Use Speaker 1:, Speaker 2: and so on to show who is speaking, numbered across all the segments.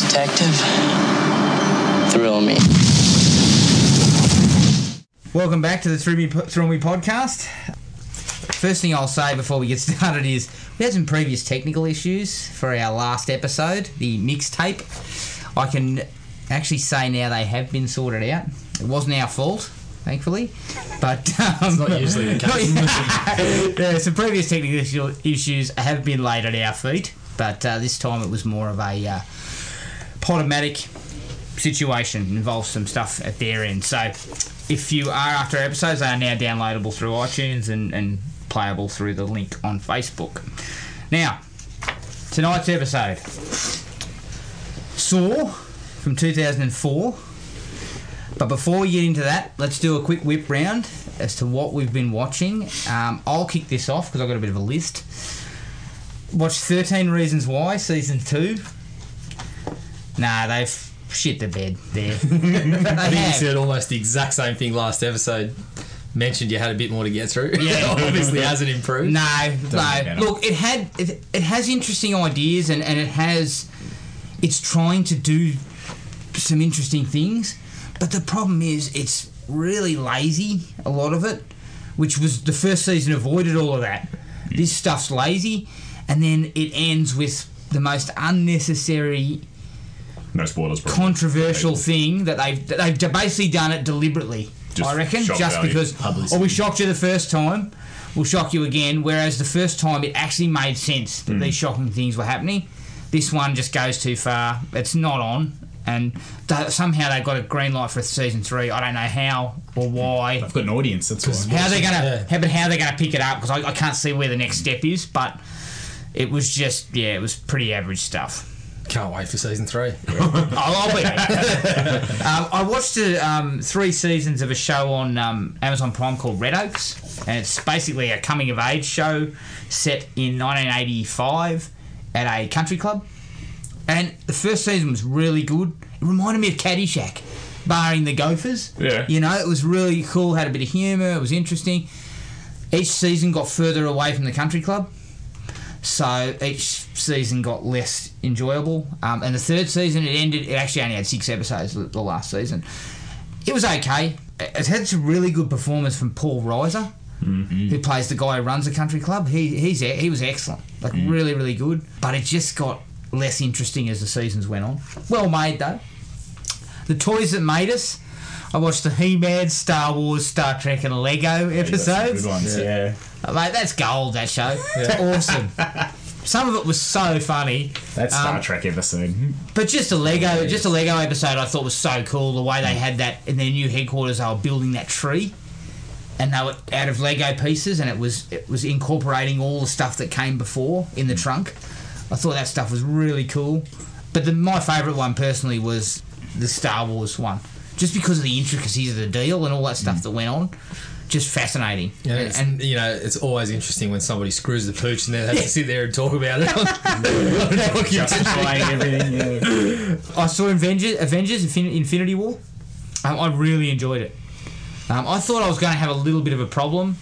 Speaker 1: detective thrill me.
Speaker 2: Welcome back to the Thrill Me, Thrill Me podcast. First thing I'll say before we get started is we had some previous technical issues for our last episode, the mixtape. I can actually say now they have been sorted out. It wasn't our fault, thankfully, but um, it's
Speaker 3: not usually the case.
Speaker 2: yeah, some previous technical issue- issues have been laid at our feet, but uh, this time it was more of a uh, Podomatic situation involves some stuff at their end. So if you are after our episodes, they are now downloadable through iTunes and, and playable through the link on Facebook. Now, tonight's episode Saw from 2004. But before we get into that, let's do a quick whip round as to what we've been watching. Um, I'll kick this off because I've got a bit of a list. Watched 13 Reasons Why, Season 2. Nah, they've shit the bed there. They
Speaker 3: I think you
Speaker 2: have.
Speaker 3: said almost the exact same thing last episode. Mentioned you had a bit more to get through.
Speaker 2: Yeah.
Speaker 3: obviously hasn't improved.
Speaker 2: No, no.
Speaker 4: matter.
Speaker 2: Look, it had it, it has interesting ideas and, and it has it's trying to do some interesting things, but the problem is it's really lazy a lot of it, which was the first season avoided all of that. This stuff's lazy, and then it ends with the most unnecessary
Speaker 4: No spoilers. Probably.
Speaker 2: controversial
Speaker 4: Okay.
Speaker 2: thing that they've that they've basically done it deliberately.
Speaker 4: Just
Speaker 2: I reckon
Speaker 4: shock
Speaker 2: just
Speaker 4: value.
Speaker 2: because
Speaker 3: Publicity.
Speaker 2: oh we shocked you the first time, we'll shock you again. Whereas the first time it actually made sense
Speaker 4: Hmm.
Speaker 2: that these shocking things were happening. This one just goes too far. It's not on, and th- somehow they got a green light for season three. I don't know how or why.
Speaker 5: I've got an audience. That's
Speaker 4: Hmm.
Speaker 5: why.
Speaker 2: How they're
Speaker 3: Yeah.
Speaker 2: gonna, how, but how they're gonna pick it up because I, I can't see where the next step is. But it was just, yeah, it was pretty average stuff.
Speaker 3: Can't wait for season three.
Speaker 2: Oh, I'll, I'll be. um, I watched uh, um, three seasons of a show on um, Amazon Prime called Red Oaks, and it's basically a coming of age show set in 1985 at a country club. And the first season was really good. It reminded me of Caddyshack, barring the Gophers.
Speaker 4: Yeah.
Speaker 2: You know, it was really cool. Had a bit of humour. It was interesting. Each season got further away from the country club so each season got less enjoyable. Um, and the third season, it ended. It actually only had six episodes. The the last season, it was okay. It had some really good performance from Paul Reiser,
Speaker 5: Mm-hmm.
Speaker 2: who plays the guy who runs the country club. He he's e- he was excellent, like
Speaker 5: Mm.
Speaker 2: really really good. But it just got less interesting as the seasons went on. Well made though. The toys that made us. I watched the He-Man, Star Wars, Star Trek, and Lego episodes.
Speaker 5: Good ones. Yeah.
Speaker 2: Oh, Mate, that's gold, that show. It's awesome. Some of it was so funny.
Speaker 5: That Star
Speaker 2: Um,
Speaker 5: Trek episode.
Speaker 2: But just a Lego just a Lego episode I thought was so cool. The way they had that in their new headquarters, they were building that tree. And they were out of Lego pieces and it was it was incorporating all the stuff that came before in the trunk. I thought that stuff was really cool. But the, my favourite one personally was the Star Wars one. Just because of the intricacies of the deal and all that stuff that went on. Just fascinating.
Speaker 3: Mm. Yeah, it's-
Speaker 2: and,
Speaker 3: you know, it's always interesting when somebody screws the pooch and then has to sit there and talk about it. on- on a documentary.
Speaker 5: Playing everything. Yeah.
Speaker 2: I saw Avengers, Avengers Infin- Infinity War. Um, I really enjoyed it. Um, I thought I was going to have a little bit of a problem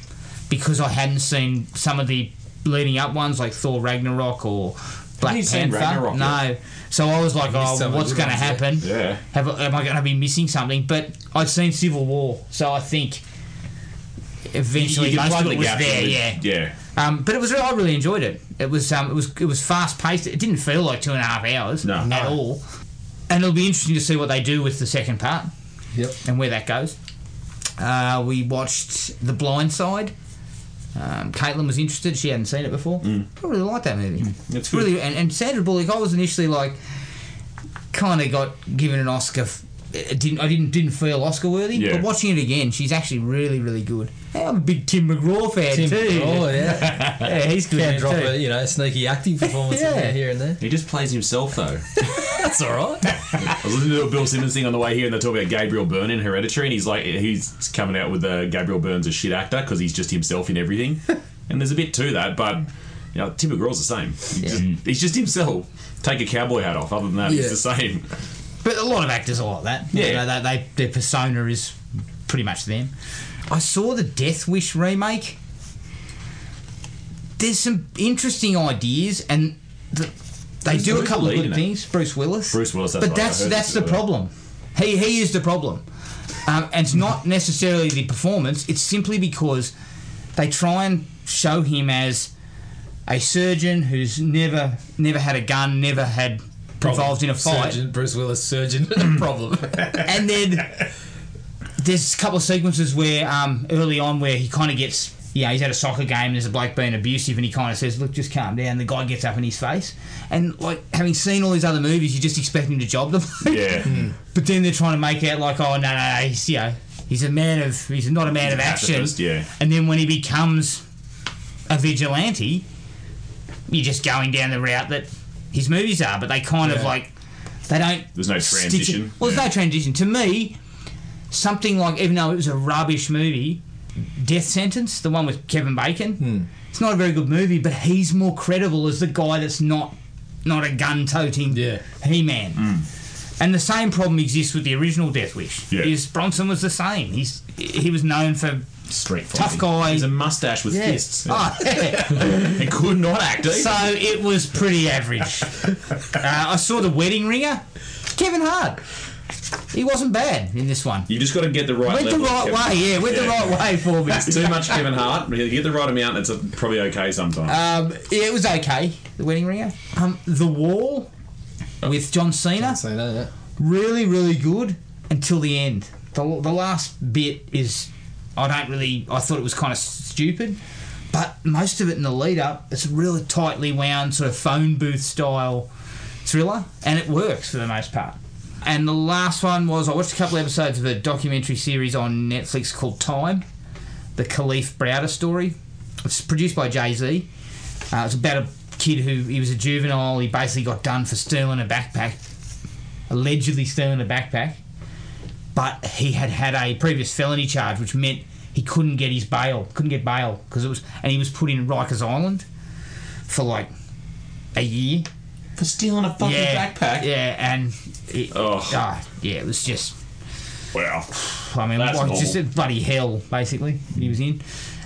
Speaker 2: because I hadn't seen some of the leading up ones like Thor Ragnarok or Black Panther.
Speaker 4: you seen Ragnarok
Speaker 2: no, so I was like,
Speaker 3: missed
Speaker 2: oh,
Speaker 3: some of the
Speaker 2: what's
Speaker 3: good
Speaker 2: going to
Speaker 3: ones, yeah.
Speaker 2: happen?
Speaker 4: Yeah.
Speaker 2: Have, am I going to be missing something? But I'd seen Civil War, so I think eventually
Speaker 4: You can
Speaker 2: most
Speaker 4: plug
Speaker 2: of
Speaker 4: the
Speaker 2: it was
Speaker 4: gap
Speaker 2: there.
Speaker 4: with-
Speaker 2: Yeah,
Speaker 4: Yeah.
Speaker 2: um, but it was I really enjoyed it. It was um, it was it was fast paced. It didn't feel like two and a half hours
Speaker 4: No.
Speaker 2: at
Speaker 4: No.
Speaker 2: all. And it'll be interesting to see what they do with the second part
Speaker 3: Yep.
Speaker 2: and where that goes. Uh, we watched The Blind Side. Um, Caitlin was interested; she hadn't seen it before. I really liked that movie.
Speaker 4: it's Mm. good.
Speaker 2: really and, and Sandra Bullock. I was initially like, kind of got given an Oscar. F- it didn't I didn't didn't feel Oscar worthy,
Speaker 4: Yeah.
Speaker 2: but watching it again, she's actually really really good. I'm a big Tim McGraw fan
Speaker 3: Tim,
Speaker 2: too.
Speaker 3: oh yeah,
Speaker 2: Yeah, he's good.
Speaker 3: can
Speaker 2: in it
Speaker 3: drop
Speaker 2: too.
Speaker 3: a you know sneaky acting performance in
Speaker 2: Yeah.
Speaker 3: there, here and there.
Speaker 4: He just plays himself though.
Speaker 3: That's all right.
Speaker 4: I was listening to a Bill Simmons thing on the way here, and they talk about Gabriel Byrne in Hereditary, and he's like, he's coming out with uh, Gabriel Byrne's a shit actor because he's just himself in everything. and there's a bit to that, but you know, Tim McGraw's the same. He just- he's just himself. Take a cowboy hat off. Other than that,
Speaker 3: Yeah.
Speaker 4: he's the same.
Speaker 2: But a lot of actors are like that.
Speaker 4: Yeah.
Speaker 2: You know, they, they, their persona is pretty much them. I saw the Death Wish remake. There's some interesting ideas, and the, They do a
Speaker 4: who's the
Speaker 2: couple of
Speaker 4: lead
Speaker 2: good
Speaker 4: in it?
Speaker 2: things. Bruce Willis.
Speaker 4: Bruce Willis, that's
Speaker 2: but
Speaker 4: right, I
Speaker 2: that's
Speaker 4: heard
Speaker 2: that's
Speaker 4: this
Speaker 2: the
Speaker 4: earlier.
Speaker 2: problem. He he is the problem, um, and it's not necessarily the performance. It's simply because they try and show him as a surgeon who's never never had a gun, never had involved in a fight,
Speaker 3: Surgeon, Bruce Willis, surgeon, problem.
Speaker 2: and then there's a couple of sequences where um, early on where he kind of gets yeah he's at a soccer game and there's a bloke being abusive and he kind of says look just calm down the guy gets up in his face and like having seen all these other movies you just expect him to job the bloke
Speaker 4: Yeah.
Speaker 2: but then they're trying to make out like oh no no no he's you know he's a man of he's not a man of
Speaker 4: an
Speaker 2: action
Speaker 4: pacifist, yeah.
Speaker 2: and then when he becomes a vigilante you're just going down the route that his movies are but they kind of
Speaker 3: Yeah.
Speaker 2: like they don't
Speaker 4: There's no
Speaker 2: stitch it-
Speaker 4: transition.
Speaker 2: well there's no transition to me something like even though it was a rubbish movie Death Sentence the one with Kevin Bacon
Speaker 4: Hmm.
Speaker 2: it's not a very good movie but he's more credible as the guy that's not not a gun toting
Speaker 3: Yeah.
Speaker 2: He-Man
Speaker 4: Hmm.
Speaker 2: and the same problem exists with the original Death Wish.
Speaker 4: Yeah.
Speaker 2: Is Bronson was the same. He's he was known for
Speaker 4: Straight
Speaker 2: tough guy.
Speaker 4: He's a mustache with fists.
Speaker 2: Ah,
Speaker 4: He could not act. either.
Speaker 2: so it was pretty average. uh, I saw the Wedding Ringer. Kevin Hart. He wasn't bad in this one.
Speaker 4: You just got to get the right.
Speaker 2: Went the
Speaker 4: level of
Speaker 2: right
Speaker 4: Kevin.
Speaker 2: way, yeah. Went the
Speaker 4: Yeah.
Speaker 2: right way for me.
Speaker 4: It's too much Kevin Hart. You get the right amount. It's uh, probably okay sometimes.
Speaker 2: Um, yeah, it was okay. The Wedding Ringer. Um, the Wall with John Cena.
Speaker 3: Say that, yeah.
Speaker 2: really, really good until the end. The, the last bit is, I don't really, I thought it was kind of stupid, but most of it in the lead up, it's a really tightly wound, sort of phone booth style thriller, and it works for the most part. And the last one was, I watched a couple episodes of a documentary series on Netflix called Time, the Khalif Browder story. It's produced by Jay Z. Uh, it's about a kid who, he was a juvenile, he basically got done for stealing a backpack allegedly stealing a backpack, but he had had a previous felony charge, which meant he couldn't get his bail, couldn't get bail because it was, and he was put in Rikers Island for like a year.
Speaker 4: For stealing a fucking
Speaker 2: yeah, Yeah, and it,
Speaker 4: Ugh.
Speaker 2: ah, yeah, it was just,
Speaker 4: Wow.
Speaker 2: I mean,
Speaker 4: That's
Speaker 2: like, just a
Speaker 4: awful.
Speaker 2: bloody hell basically he was in,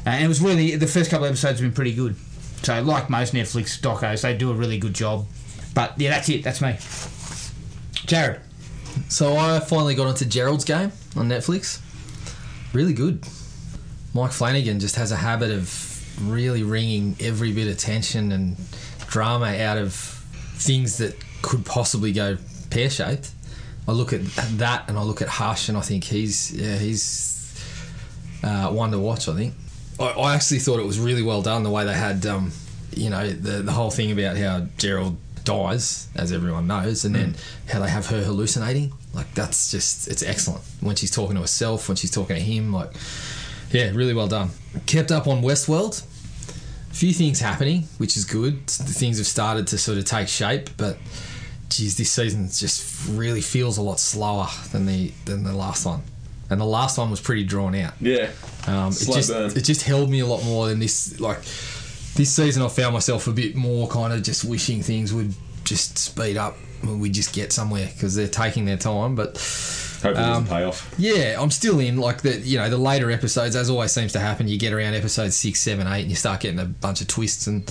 Speaker 2: and it was really the first couple of episodes have been pretty good. So, like most Netflix docos, they do a really good job. But yeah, that's it. That's me. Jared.
Speaker 3: So I finally got onto Gerald's game on Netflix. Really good. Mike Flanagan just has a habit of really wringing every bit of tension and drama out of things that could possibly go pear shaped. I look at that and I look at Hush and I think he's yeah he's uh, one to watch. I think I, I actually thought it was really well done the way they had um, you know the the whole thing about how Gerald dies as everyone knows and then how they have her hallucinating like that's just it's excellent when she's talking to herself when she's talking to him like yeah really well done kept up on Westworld few things happening, which is good. Things have started to sort of take shape, but geez, this season just really feels a lot slower than the than the last one. And the last one was pretty drawn out.
Speaker 4: Yeah.
Speaker 3: Um, it
Speaker 4: Slow
Speaker 3: just
Speaker 4: burn.
Speaker 3: it just held me a lot more than this. Like this season, I found myself a bit more kind of just wishing things would just speed up. We just get somewhere because they're taking their time, but
Speaker 4: Hopefully, it doesn't pay off.
Speaker 3: yeah, I'm still in. Like the you know the later episodes, as always seems to happen. You get around episode six, seven, eight, and you start getting a bunch of twists. And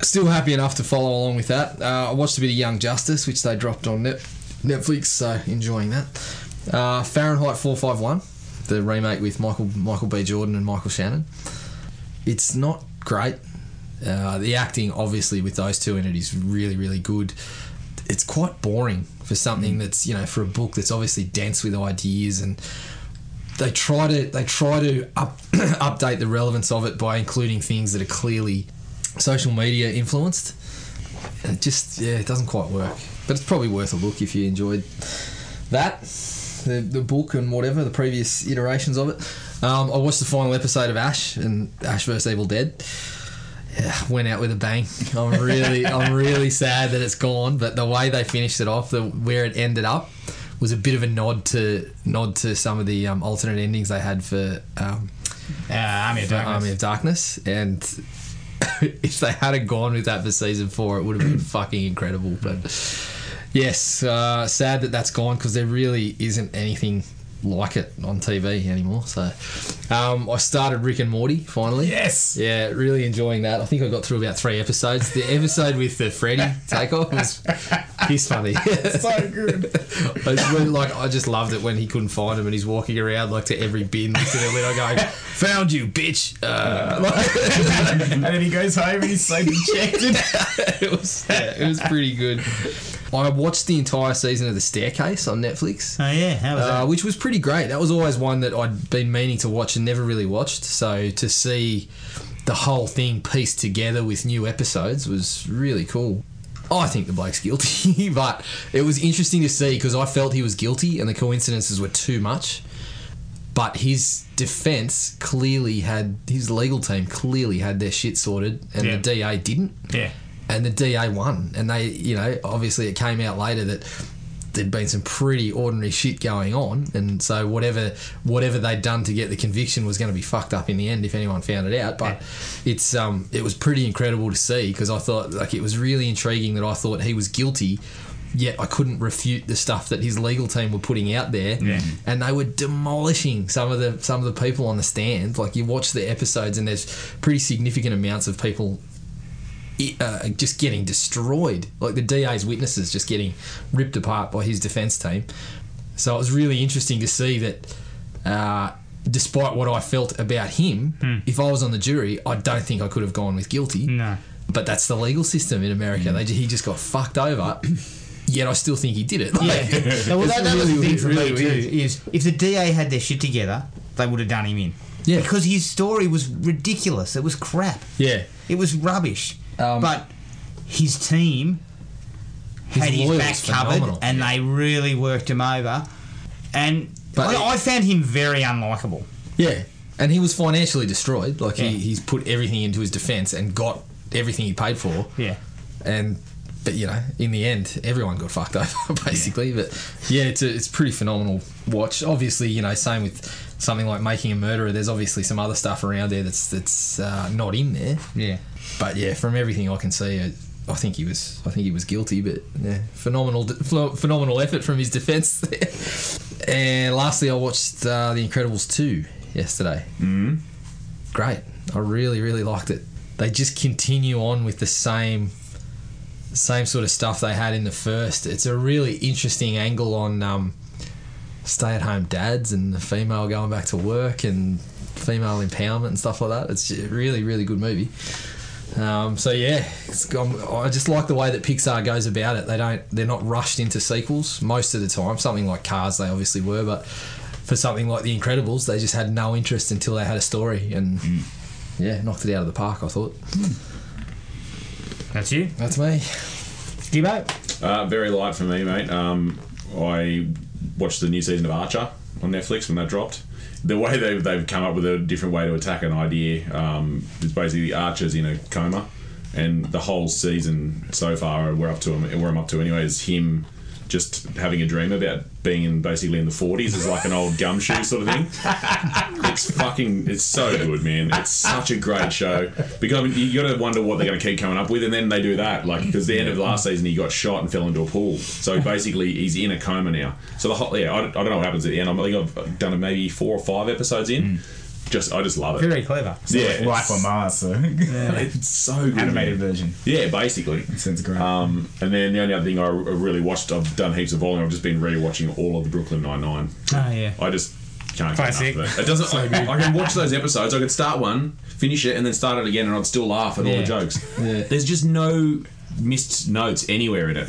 Speaker 3: still happy enough to follow along with that. Uh, I watched a bit of Young Justice, which they dropped on Net- Netflix, so enjoying that. Uh, Fahrenheit 451, the remake with Michael Michael B. Jordan and Michael Shannon. It's not great. Uh, the acting, obviously, with those two in it is really, really good. It's quite boring for something that's you know for a book that's obviously dense with ideas and they try to they try to up, update the relevance of it by including things that are clearly social media influenced. And it just yeah, it doesn't quite work. But it's probably worth a look if you enjoyed that, the, the book and whatever the previous iterations of it. Um, I watched the final episode of Ash and Ash vs Evil Dead. Yeah, went out with a bang. I'm really I'm really sad that it's gone. But the way they finished it off, the where it ended up, was a bit of a nod to nod to some of the um, alternate endings they had for um,
Speaker 2: Uh, Army of
Speaker 3: for Army of Um, Darkness, and if they had have gone with that for season four, it would have been fucking incredible. But yes, uh, sad that that's gone because there really isn't anything like it on TV anymore. So um, I started Rick and Morty finally.
Speaker 5: Yes.
Speaker 3: Yeah, really enjoying that. I think I got through about three episodes. The episode with the Freddy takeoff was he's funny.
Speaker 5: So good.
Speaker 3: I just went, like I just loved it when he couldn't find him and he's walking around like to every bin next to their window going, "Found you, bitch!" Uh,
Speaker 5: and then he goes home and he's so dejected.
Speaker 3: it was yeah, it was pretty good. I watched the entire season of The Staircase on Netflix.
Speaker 2: Oh yeah, how was
Speaker 3: uh, which was pretty great. That was always one that I'd been meaning to watch and never really watched. So to see the whole thing pieced together with new episodes was really cool. I think the bloke's guilty, but it was interesting to see because I felt he was guilty and the coincidences were too much. But his defence clearly had his legal team clearly had their shit sorted, and
Speaker 5: Yeah.
Speaker 3: the DA didn't
Speaker 5: Yeah.
Speaker 3: and the DA won. And they, you know, obviously it came out later that there'd been some pretty ordinary shit going on, and so whatever whatever they'd done to get the conviction was going to be fucked up in the end if anyone found it out. But it's um, it was pretty incredible to see because I thought like it was really intriguing that I thought he was guilty. Yet I couldn't refute the stuff that his legal team were putting out there, and they were demolishing some of the some of the people on the stand. Like you watch the episodes, and there's pretty significant amounts of people i- uh, just getting destroyed. Like the DA's witnesses just getting ripped apart by his defence team. So it was really interesting to see that, uh, despite what I felt about him, if I was on the jury, I don't think I could have gone with guilty.
Speaker 2: Hmm. No. Hmm.
Speaker 3: But that's the legal system in America. They ju- he just got fucked over. Yet I still think he did it. Like,
Speaker 2: that? Oh, Yeah. well,
Speaker 3: it's
Speaker 2: that, that was the
Speaker 3: really
Speaker 2: thing for
Speaker 3: weird,
Speaker 2: me
Speaker 3: really
Speaker 2: too.
Speaker 3: weird.
Speaker 2: Is if the DA had their shit together, they would have done him in.
Speaker 3: Yeah.
Speaker 2: Because his story was ridiculous. It was crap.
Speaker 3: Yeah.
Speaker 2: It was rubbish.
Speaker 3: Um,
Speaker 2: but his team
Speaker 3: His
Speaker 2: had his
Speaker 3: lawyer's
Speaker 2: back
Speaker 3: phenomenal.
Speaker 2: covered, and they really worked him over. And
Speaker 3: But
Speaker 2: I,
Speaker 3: it-
Speaker 2: I found him very unlikable.
Speaker 3: Yeah, and he was financially destroyed. Like
Speaker 2: Yeah.
Speaker 3: he, he's put everything into his defence and got everything he paid for.
Speaker 2: Yeah.
Speaker 3: and but you know, in the end, everyone got fucked over basically. But yeah, it's a, it's a pretty phenomenal watch. Obviously, you know, same with something like Making a Murderer. There's obviously some other stuff around there that's that's uh, not in there.
Speaker 2: Yeah.
Speaker 3: But yeah, from everything I can see, I, I think he was I think he was guilty. But yeah, phenomenal ph- phenomenal effort from his defence. and lastly, I watched uh, The Incredibles two yesterday. Mm. Great, I really really liked it. They just continue on with the same same sort of stuff they had in the first. It's a really interesting angle on um, stay at home dads and the female going back to work and female empowerment and stuff like that. It's a really really good movie. Um, so yeah, it's, um, I just like the way that Pixar goes about it. They don't, they're not rushed into sequels most of the time. Something like Cars, they obviously were, but for something like The Incredibles, they just had no interest until they had a story, and yeah, knocked it out of the park. I thought
Speaker 2: That's you,
Speaker 3: that's me.
Speaker 2: Gibbo.
Speaker 4: Uh, very light for me, mate. Um, I watched the new season of Archer on Netflix when that dropped. The way they, they've come up with a different way to attack an idea um, is basically Archer's in a coma, and the whole season so far, we're up to him, where I'm up to anyway, is him just having a dream about being in basically in the 40s as like an old gumshoe sort of thing. It's fucking, it's so good, man. It's such a great show because I mean, you got to wonder what they're going to keep coming up with, and then they do that, like because the end of last season he got shot and fell into a pool, so basically he's in a coma now. So the whole, yeah, I, don't- I don't know what happens at the end. I think I've done maybe four or five episodes in. Just, I just love it.
Speaker 2: Very clever.
Speaker 4: Yeah,
Speaker 5: Life on
Speaker 4: it's,
Speaker 5: Mars, so
Speaker 4: it's so good.
Speaker 5: animated
Speaker 4: man.
Speaker 5: version.
Speaker 4: Yeah, basically.
Speaker 5: Sounds great.
Speaker 4: Um, and then the only other thing I r- really watched, I've done heaps of volume. I've just been rewatching all of the Brooklyn Nine Nine.
Speaker 2: Oh yeah.
Speaker 4: I just can't.
Speaker 2: Classic.
Speaker 4: Get enough of it. it doesn't. I, I can watch those episodes. I could start one, finish it, and then start it again, and I'd still laugh at all
Speaker 2: Yeah.
Speaker 4: the jokes. There's just no missed notes anywhere in it.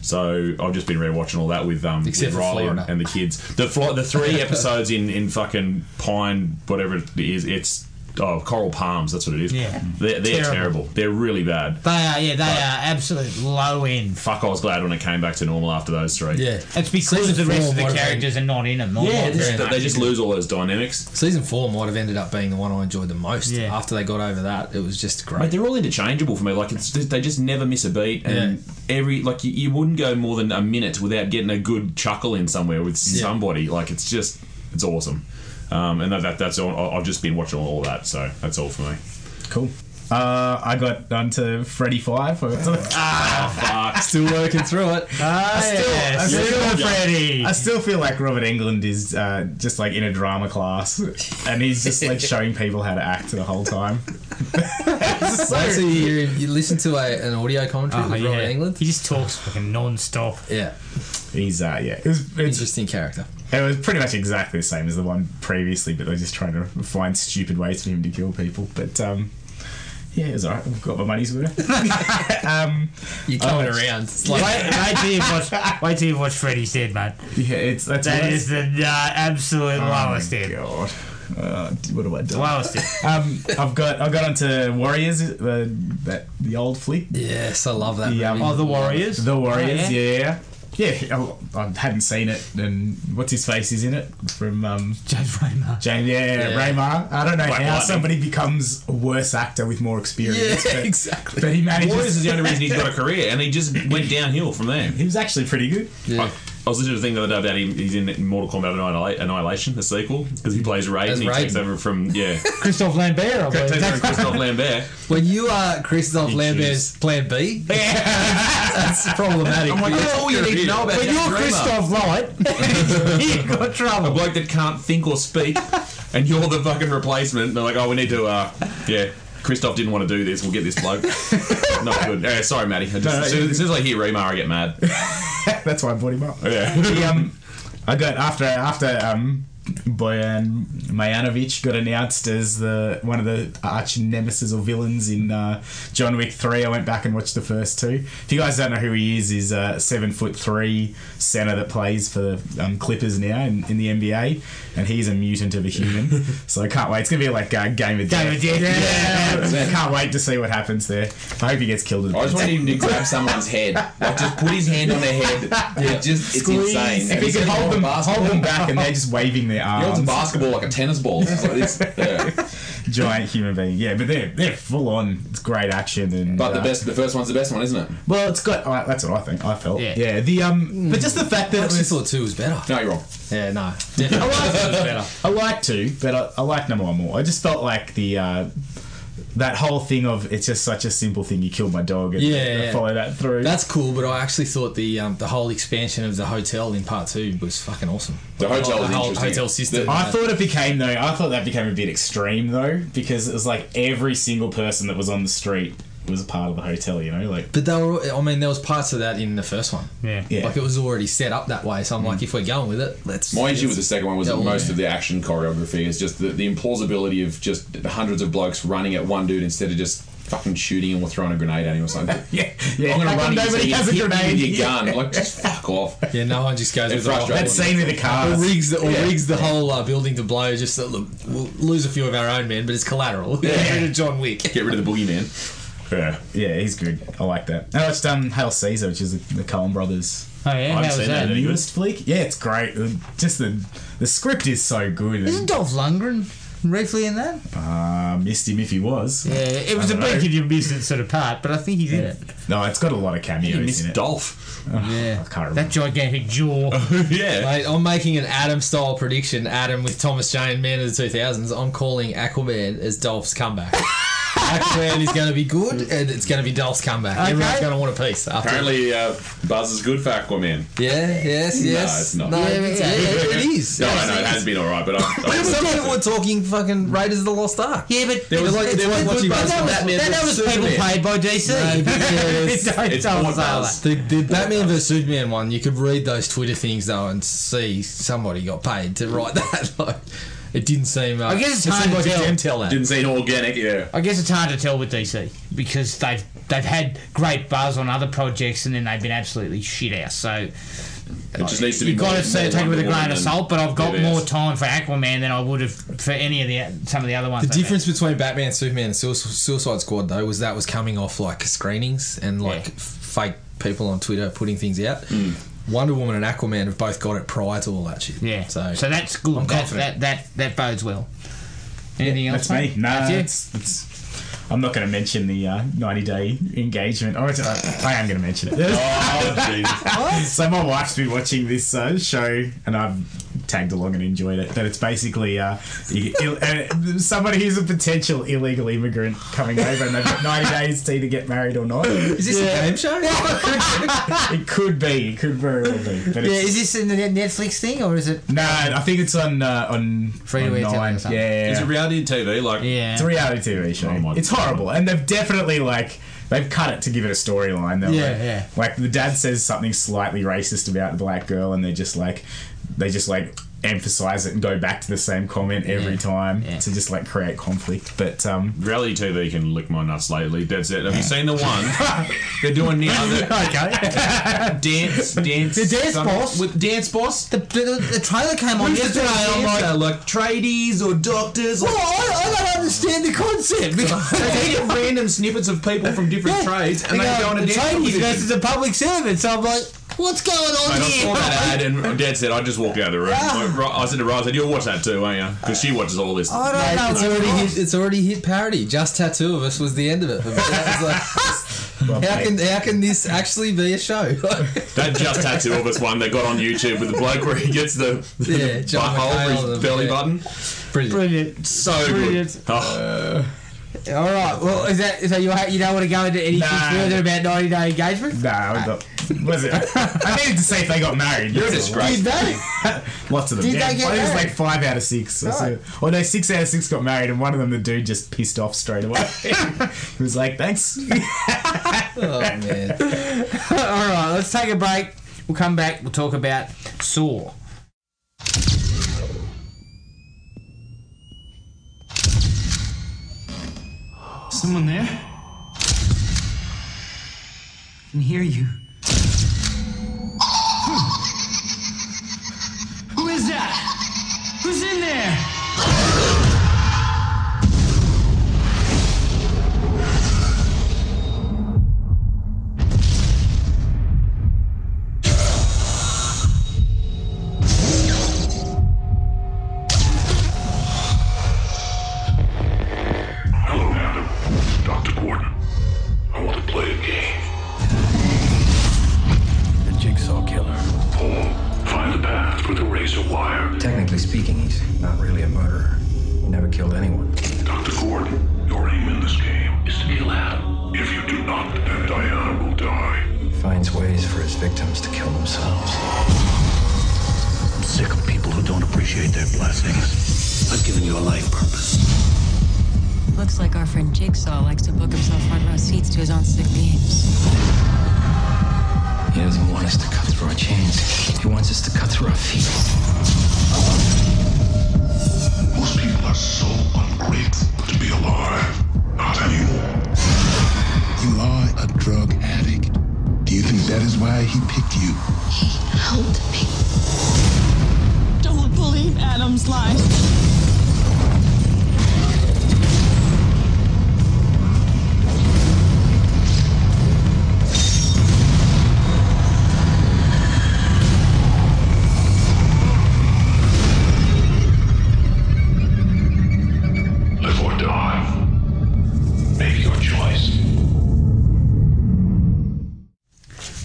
Speaker 4: So I've just been rewatching all that with um
Speaker 3: Except
Speaker 4: with
Speaker 3: for
Speaker 4: Riley and,
Speaker 3: Florida.
Speaker 4: and the kids. The fl- the three episodes in in fucking Pine whatever it is. It's oh Coral Palms. That's what it is.
Speaker 2: Yeah.
Speaker 4: They're, they're
Speaker 2: Terrible.
Speaker 4: terrible. They're really bad.
Speaker 2: They are. Yeah, they are absolute low end.
Speaker 4: Fuck! I was glad when it came back to normal after those three.
Speaker 3: Yeah,
Speaker 2: It's because
Speaker 3: Season
Speaker 2: the rest
Speaker 3: four
Speaker 2: of the
Speaker 3: might have been-
Speaker 2: characters are not in them.
Speaker 4: Yeah,
Speaker 2: Not
Speaker 4: they
Speaker 2: very
Speaker 4: just,
Speaker 2: much.
Speaker 4: they just lose all those dynamics.
Speaker 3: Season four might have ended up being the one I enjoyed the most.
Speaker 2: Yeah.
Speaker 3: After they got over that, it was just
Speaker 4: Mate,
Speaker 3: great.
Speaker 4: they're all interchangeable for me. Like it's they just never miss a beat, and every like you, you wouldn't go more than a minute without getting a good chuckle in somewhere with somebody. Like it's just it's awesome. Um, and that, that that's all. I- I've just been watching all that, so that's all for me.
Speaker 5: cool. Uh, I got onto Freddy Five. I got to the-
Speaker 4: Oh, fuck.
Speaker 3: Still working through it.
Speaker 2: Ah,
Speaker 5: I
Speaker 2: yes.
Speaker 5: still-
Speaker 2: Super Freddy.
Speaker 5: I still feel like Robert England is uh, just like in a drama class, and he's just like showing people how to act the whole time. It's so-
Speaker 3: That's you, hear him- you listen to a, an audio commentary
Speaker 2: Oh,
Speaker 3: with Robert
Speaker 2: yeah.
Speaker 3: England.
Speaker 2: He just talks fucking non-stop.
Speaker 3: Yeah,
Speaker 5: he's uh, yeah, it was, it's,
Speaker 3: interesting character.
Speaker 5: it was pretty much exactly the same as the one previously, but they're just trying to find stupid ways for him to kill people. But um, yeah, it was alright. Got my money's worth. um,
Speaker 3: You coming
Speaker 5: it's-
Speaker 3: around? It's like
Speaker 2: wait, wait till you watch. Wait till you watch Freddy's Dead, man.
Speaker 5: yeah, it's that's
Speaker 2: That
Speaker 5: worse.
Speaker 2: is the uh, absolute lowest
Speaker 5: Oh,
Speaker 2: end.
Speaker 5: God. Uh, what have I done?
Speaker 2: Lowest end.
Speaker 5: Um, I've got I've got onto Warriors, the that the old flick,
Speaker 3: yes, I love that.
Speaker 5: The, um,
Speaker 3: movie.
Speaker 2: Oh, the Warriors.
Speaker 5: the Warriors.
Speaker 2: Oh,
Speaker 5: yeah, yeah. yeah. I, I hadn't seen it, and what's his face is in it from um,
Speaker 2: James Raymar.
Speaker 5: James. Yeah,
Speaker 3: Yeah.
Speaker 5: Raymar. I don't know
Speaker 4: White
Speaker 5: how
Speaker 4: Lightning.
Speaker 5: somebody becomes a worse actor with more experience.
Speaker 3: Yeah,
Speaker 5: but,
Speaker 3: exactly.
Speaker 5: But he manages.
Speaker 4: Warriors is the only reason he's got a career, and he just went downhill from there.
Speaker 5: he was actually pretty good.
Speaker 3: Yeah.
Speaker 4: I, I was listening to the thing the other day about him. He's in Mortal Kombat Annihila- Annihilation, the sequel, because he plays Mm. Raiden.
Speaker 3: As
Speaker 4: and He takes
Speaker 3: Raiden.
Speaker 4: over from yeah,
Speaker 2: Christophe Lambert. I
Speaker 4: takes
Speaker 2: believe.
Speaker 4: over from Christophe Lambert.
Speaker 3: When you are Christoph
Speaker 4: You
Speaker 3: Lambert's plan B, "Oh, that's problematic.
Speaker 4: I'm like,
Speaker 3: for
Speaker 4: that's
Speaker 3: your
Speaker 4: all you need to
Speaker 3: career.
Speaker 4: know about
Speaker 2: When
Speaker 4: Jack
Speaker 2: you're
Speaker 4: Dreamer.
Speaker 2: Christophe Lloyd, you got
Speaker 4: A
Speaker 2: trouble.
Speaker 4: bloke that can't think or speak, and you're the fucking replacement. They're like, oh, we need to, uh, yeah. Christoph didn't want to do this. We'll get this bloke. Not good. Uh, sorry, Matty. I just,
Speaker 5: No, no,
Speaker 4: as, soon, as soon as I hear Remar, I get mad.
Speaker 5: That's why I brought him up.
Speaker 4: Yeah.
Speaker 5: He, um, I got after after um, Boyan Mayanovic got announced as the one of the arch nemesis or villains in uh, John Wick Three. I went back and watched the first two. If you guys don't know who he is, he's a seven foot three center that plays for the um, Clippers now in, in the NBA, and he's a mutant of a human. so I can't wait. It's gonna be like uh, Game of
Speaker 2: Game
Speaker 5: Death.
Speaker 2: of Death.
Speaker 5: So I can't wait to see what happens there. I hope he gets killed. At
Speaker 6: I
Speaker 5: the
Speaker 6: just want him to grab someone's head. Like, just put his hand on their head. It just, it's insane.
Speaker 5: if he could hold them, hold them back, and they're just waving their
Speaker 6: He holds
Speaker 5: arms.
Speaker 6: a basketball like a tennis ball. It's like this, yeah.
Speaker 5: giant human being. Yeah, but they're they're full on. It's great action and.
Speaker 6: But the
Speaker 5: uh,
Speaker 6: best, the first one's the best one, isn't it?
Speaker 5: Well, it's got. Uh, that's what I think. I felt.
Speaker 2: Yeah.
Speaker 5: Yeah. The um. But just the fact that
Speaker 3: I
Speaker 5: it
Speaker 3: actually
Speaker 5: was.
Speaker 3: thought two was better.
Speaker 6: No, you're wrong.
Speaker 3: Yeah, no.
Speaker 5: I like I like two, but I, I like number one more. I just felt like the. Uh, that whole thing of it's just such a simple thing. You killed my dog and
Speaker 3: Yeah,
Speaker 5: and
Speaker 3: yeah.
Speaker 5: follow that through.
Speaker 3: That's cool, but I actually thought the um, the whole expansion of the hotel in part two was fucking awesome.
Speaker 6: The hotel
Speaker 3: whole-
Speaker 6: is
Speaker 3: the whole
Speaker 6: interesting.
Speaker 3: hotel system.
Speaker 5: I thought it became though. I thought that became a bit extreme though because it was like every single person that was on the street was a part of the hotel. You know, like
Speaker 3: but they were, I mean, there was parts of that in the first one.
Speaker 2: Yeah.
Speaker 5: Yeah.
Speaker 3: Like it was already set up that way, so I'm like, if we're going with it, let's.
Speaker 6: My issue with the second one was that
Speaker 3: Yeah,
Speaker 6: most of the action choreography is just the, the implausibility of just hundreds of blokes running at one dude instead of just fucking shooting him or throwing a grenade at him or something.
Speaker 5: yeah, yeah.
Speaker 6: I'm gonna
Speaker 5: Like,
Speaker 6: run at you so
Speaker 5: nobody
Speaker 6: you
Speaker 5: has a
Speaker 6: hit me
Speaker 5: grenade.
Speaker 6: with your gun. Like, just fuck off.
Speaker 3: Yeah, no one just goes
Speaker 6: It
Speaker 3: with the whole,
Speaker 5: That
Speaker 6: frustrates
Speaker 5: scene with the
Speaker 3: or
Speaker 5: cars.
Speaker 3: rigs the, or rigs the whole uh, building to blow. Just so, look, we'll lose a few of our own men, but it's collateral. Get rid of John Wick.
Speaker 4: Get rid of the boogeyman.
Speaker 5: Yeah, yeah, he's good. I like that. And I watched um, Hail Caesar, which is the, the Cullen brothers'
Speaker 2: Oh yeah. How
Speaker 4: I've
Speaker 2: was
Speaker 4: seen
Speaker 2: that?
Speaker 4: that. Any good?
Speaker 5: newest flick. Yeah, it's great. Uh, Just the the script is so good.
Speaker 2: Isn't
Speaker 5: And,
Speaker 2: Dolph Lundgren briefly in that?
Speaker 5: uh, missed him if he was.
Speaker 2: Yeah. It was a
Speaker 5: don't know.
Speaker 2: blink and you missed it sort of part, but I think he did it.
Speaker 5: No, it's got a lot of
Speaker 4: You
Speaker 5: cameos in
Speaker 4: missed
Speaker 5: it.
Speaker 4: Dolph.
Speaker 2: Yeah.
Speaker 5: I can't
Speaker 2: That
Speaker 5: remember.
Speaker 2: gigantic jaw.
Speaker 4: yeah.
Speaker 3: Mate, I'm making an Adam style prediction. Adam with Thomas Jane, man of the 2000s. I'm calling Aquaman as Dolph's comeback. Aquaman is going to be good, and it's going to be Dolph's comeback.
Speaker 2: Okay.
Speaker 3: Everyone's going to want a piece. After
Speaker 6: Apparently, uh, Buzz is good for Aquaman.
Speaker 3: Yeah, yes, yes.
Speaker 6: it's not.
Speaker 3: No,
Speaker 6: Yeah,
Speaker 3: it's- yeah, it is.
Speaker 6: No,
Speaker 3: Yes,
Speaker 6: I know
Speaker 3: it
Speaker 6: it
Speaker 3: is.
Speaker 6: has been all right, but I,
Speaker 3: Some
Speaker 6: I,
Speaker 3: people were talking fucking Raiders of the Lost Ark.
Speaker 2: Yeah, but
Speaker 3: They were like- they were
Speaker 2: but-
Speaker 3: watching
Speaker 2: but that was,
Speaker 3: Batman
Speaker 2: that, that was
Speaker 3: versus
Speaker 2: people
Speaker 3: Superman.
Speaker 2: paid by DC.
Speaker 3: No, but it's-
Speaker 2: Don't
Speaker 6: it's
Speaker 2: tell
Speaker 6: more
Speaker 2: us all
Speaker 6: buzz.
Speaker 2: that.
Speaker 3: The, the Batman vs Superman one, you could read those Twitter things though and see somebody got paid to write that. Like, it didn't seem. Uh,
Speaker 2: I guess it's
Speaker 3: it
Speaker 2: hard
Speaker 3: seemed
Speaker 2: to
Speaker 3: like
Speaker 2: tell.
Speaker 3: a Gemtel ad.
Speaker 6: didn't seem organic. Yeah,
Speaker 2: I guess it's hard to tell with DC because they've they've had great buzz on other projects and then they've been absolutely shit out. So
Speaker 6: it just needs to be.
Speaker 2: you've got
Speaker 6: more-
Speaker 2: to say,
Speaker 6: more
Speaker 2: take it with
Speaker 6: Wonder
Speaker 2: a grain
Speaker 6: Woman
Speaker 2: of
Speaker 6: than-
Speaker 2: salt. But I've got
Speaker 6: Yeah,
Speaker 2: more
Speaker 6: yes.
Speaker 2: time for Aquaman than I would have for any of the some of the other ones.
Speaker 3: The
Speaker 2: they've had.
Speaker 3: difference between Batman, Superman, and Sui- Suicide Squad though was that was coming off like screenings and like
Speaker 2: Yeah. Hmm.
Speaker 3: f fake people on Twitter putting things out. Wonder Woman and Aquaman have both got it prior to all that shit.
Speaker 2: yeah.
Speaker 3: So,
Speaker 2: So, that's good.
Speaker 3: I'm
Speaker 2: that, that
Speaker 3: confident.
Speaker 2: that that bodes well. Anything else?
Speaker 5: That's me.
Speaker 2: mate?
Speaker 5: No,
Speaker 2: That's you?
Speaker 5: it's, it's, I'm not going to mention the uh, 90 day engagement. Oh, it's, uh, I am going to mention it.
Speaker 4: Oh, Jesus.
Speaker 5: so my wife's been watching this uh, show, and I've tagged along and enjoyed it. That it's basically uh, you- ill, uh, somebody who's a potential illegal immigrant coming over and they've got 90 days to either get married or not.
Speaker 3: Is this a game show?
Speaker 5: It could be. It could very well be. But
Speaker 2: Yeah,
Speaker 5: it's,
Speaker 2: is this in the Net- Netflix thing or is it?
Speaker 5: no, I think it's on uh, on
Speaker 2: Free to
Speaker 5: on
Speaker 2: air
Speaker 5: nine.
Speaker 2: television or
Speaker 5: Yeah,
Speaker 2: something.
Speaker 5: yeah,
Speaker 4: Is
Speaker 5: yeah.
Speaker 4: it reality TV? Like,
Speaker 2: Yeah.
Speaker 5: It's a reality TV show.
Speaker 4: Oh my
Speaker 5: it's
Speaker 4: God.
Speaker 5: horrible, and they've definitely like they've cut it to give it a storyline. They're
Speaker 2: Yeah,
Speaker 5: like,
Speaker 2: yeah.
Speaker 5: Like the dad says something slightly racist about the black girl, and they're just like they just like emphasize it and go back to the same comment every
Speaker 2: Yeah,
Speaker 5: time
Speaker 2: yeah.
Speaker 5: to just like create conflict. But um,
Speaker 4: Reality TV can lick my nuts lately. That's it. Have you seen the one they're doing now? The
Speaker 5: okay,
Speaker 4: dance, dance,
Speaker 2: The Dance
Speaker 4: something-
Speaker 2: Boss?
Speaker 4: with dance boss.
Speaker 2: The, the, the trailer came on
Speaker 4: Who's the
Speaker 2: yesterday. I'm
Speaker 4: dance?
Speaker 2: like,
Speaker 4: They're like tradies or doctors.
Speaker 2: well,
Speaker 4: Like,
Speaker 2: I, I don't understand the concept.
Speaker 4: they
Speaker 2: Because
Speaker 4: take random snippets of people from different trades and they go on a
Speaker 2: the
Speaker 4: dance
Speaker 2: Chinese
Speaker 4: competition.
Speaker 2: goes to the public servant. So I'm like, what's going on
Speaker 4: Mate, I
Speaker 2: here?
Speaker 4: saw that ad and Dad said I just walked out of the room.
Speaker 2: Ah.
Speaker 4: Like, Ro- I said to Rose, "You'll watch that too, won't you?" Because she watches all this.
Speaker 2: I don't
Speaker 3: Mate,
Speaker 2: know. Oh.
Speaker 3: it's
Speaker 2: what's
Speaker 3: already
Speaker 2: going on.
Speaker 3: hit, it's already hit parody. Just tattoo of us was the end of it. But that was like, how can how can this actually be a show?
Speaker 4: That just tattoo of us one that got on YouTube with the bloke where he gets the, the
Speaker 3: Yeah, John
Speaker 4: butthole for
Speaker 3: McHale,
Speaker 4: his belly
Speaker 3: yeah.
Speaker 4: button.
Speaker 3: Brilliant.
Speaker 2: Brilliant.
Speaker 4: So
Speaker 2: Brilliant.
Speaker 4: good. Oh,
Speaker 2: All right. Well, is that so? You you don't want to go into anything
Speaker 5: Nah.
Speaker 2: further about ninety day engagement?
Speaker 5: nah, we got, was it? I needed to see if they got married.
Speaker 4: you're a
Speaker 5: that's all.
Speaker 4: disgrace.
Speaker 2: Did they?
Speaker 5: Lots of them.
Speaker 2: Did
Speaker 5: yeah,
Speaker 2: they get
Speaker 5: I think it was
Speaker 2: married?
Speaker 5: like five out of six. Or so.
Speaker 2: Right.
Speaker 5: Or no, six out of six got married, and one of them, the dude, just pissed off straight away. he was like, "Thanks."
Speaker 3: Oh man.
Speaker 2: All right. Let's take a break. We'll come back. We'll talk about Saw.
Speaker 7: Someone there? I can hear you. Who is that? Who's in there?
Speaker 8: Hello, madam. Dr. Gordon. I want to play a game.
Speaker 9: The jigsaw killer.
Speaker 8: Oh, find the path with a razor wire.
Speaker 9: Technically speaking, he's not really a murderer. He never killed anyone.
Speaker 8: Dr. Gordon, your aim in this game is to kill Adam. If you do not, then Diana will die.
Speaker 9: He finds ways for his victims to kill themselves.
Speaker 8: I'm sick of people who don't appreciate their blessings. I've given you a life purpose.
Speaker 10: Looks like our friend Jigsaw likes to book himself front row seats to his own sick games.
Speaker 9: He doesn't want us to cut through our chains. He wants us to cut through our feet.
Speaker 8: Most people are so ungrateful to be alive. Not anymore.
Speaker 11: You are a drug addict. Do you think that is why he picked you?
Speaker 10: He helped me. Don't believe Adam's lies.
Speaker 8: Live or die. Make your choice.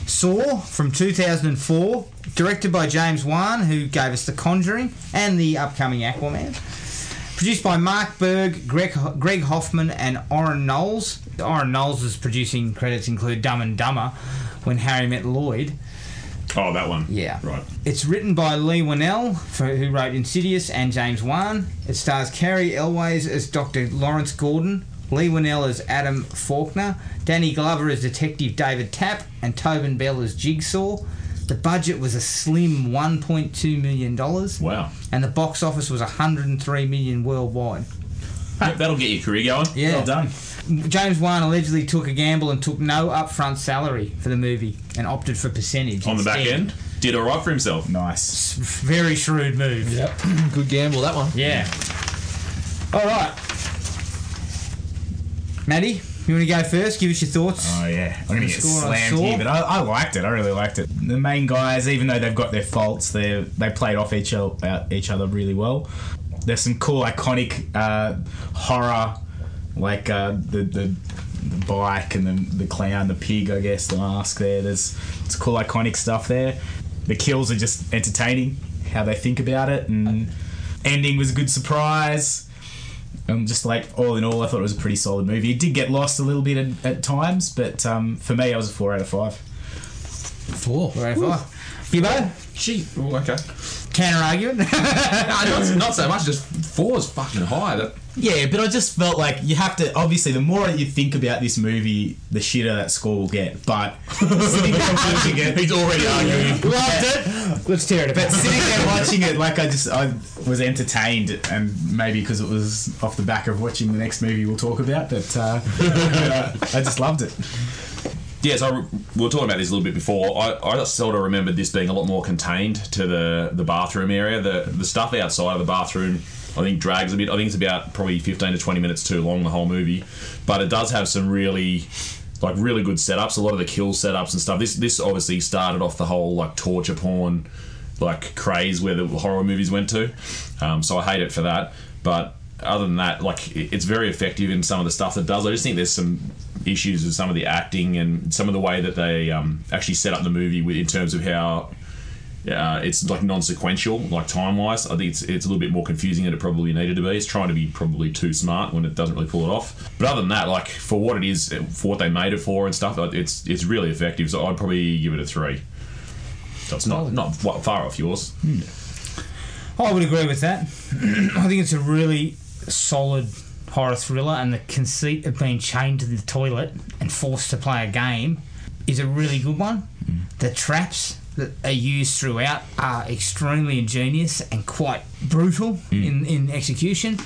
Speaker 2: Saw from 2004, directed by James Wan, who gave us The Conjuring and the upcoming Aquaman. Produced by Mark Berg, Greg, Greg Hoffman, and Orrin Knowles. Orrin Knowles' producing credits include Dumb and Dumber, When Harry Met Lloyd.
Speaker 4: Oh, that one.
Speaker 2: Yeah.
Speaker 4: Right.
Speaker 2: It's written by Lee Winnell, for, who wrote Insidious and James Wan. It stars Carrie Elways as Dr. Lawrence Gordon, Lee Winnell as Adam Faulkner, Danny Glover as Detective David Tapp, and Tobin Bell as Jigsaw. The budget was a slim $1.2 million,
Speaker 4: Wow.
Speaker 2: and the box office was 103 million worldwide.
Speaker 4: Yep, that'll get your career going.
Speaker 2: Yeah.
Speaker 5: well done.
Speaker 2: James Wan allegedly took a gamble and took no upfront salary for the movie and opted for percentage.
Speaker 4: On the back
Speaker 2: instead.
Speaker 4: end, did all right for himself.
Speaker 5: Nice.
Speaker 2: Very shrewd move.
Speaker 3: Yep. Good gamble that one.
Speaker 2: Yeah. All right. Maddie, you want to go first? Give us your thoughts.
Speaker 5: Oh yeah, I'm gonna get
Speaker 2: Score on
Speaker 5: slammed
Speaker 2: Saw.
Speaker 5: here, but I, I liked it. I really liked it. The main guys, even though they've got their faults, they they played off each other, uh, each other really well. There's some cool iconic uh, horror, like uh, the, the the bike and the the clown, the pig, I guess the mask. There, there's it's cool iconic stuff there. The kills are just entertaining. how they think about it, and ending was a good surprise. Um, just like all in all, I thought it was a pretty solid movie. It did get lost a little bit at, at times, but um, for me, I was a four out of five.
Speaker 3: Four.
Speaker 2: Four out of five. You both?
Speaker 6: Gee, oh, okay.
Speaker 2: Counter argument?
Speaker 6: not, not so much. Just four is fucking high. That
Speaker 5: Yeah, but I just felt like you have to. Obviously, the more you think about this movie, the shitter that score will get. But sitting there watching it,
Speaker 4: He's already arguing.
Speaker 2: Loved it. Let's tear it
Speaker 5: but
Speaker 2: apart.
Speaker 5: sitting there watching it, like I just I was entertained, and maybe because it was off the back of watching the next movie we'll talk about. But uh, I just loved it.
Speaker 4: Yeah, so I re- we were talking about this a little bit before. I, I sort of remembered this being a lot more contained to the, the bathroom area. The the stuff outside of the bathroom, I think, drags a bit. I think it's about probably 15 to 20 minutes too long, the whole movie. But it does have some really, like, really good setups. A lot of the kill setups and stuff. This this obviously started off the whole, like, torture porn, like, craze where the horror movies went to. Um, so I hate it for that. But other than that, like it- it's very effective in some of the stuff that does. I just think there's some issues with some of the acting and some of the way that they um, actually set up the movie with, in terms of how uh, it's like non-sequential, like time-wise. I think it's it's a little bit more confusing than it probably needed to be. It's trying to be probably too smart when it doesn't really pull it off. But other than that, like for what it is, uh, for what they made it for and stuff, like, it's it's really effective. So I'd probably give it a three. So it's not not fa- far off yours.
Speaker 2: Oh, I would agree with that. I think it's a really solid horror thriller, and the conceit of being chained to the toilet and forced to play a game is a really good one. The traps that are used throughout are extremely ingenious and quite brutal in, in execution,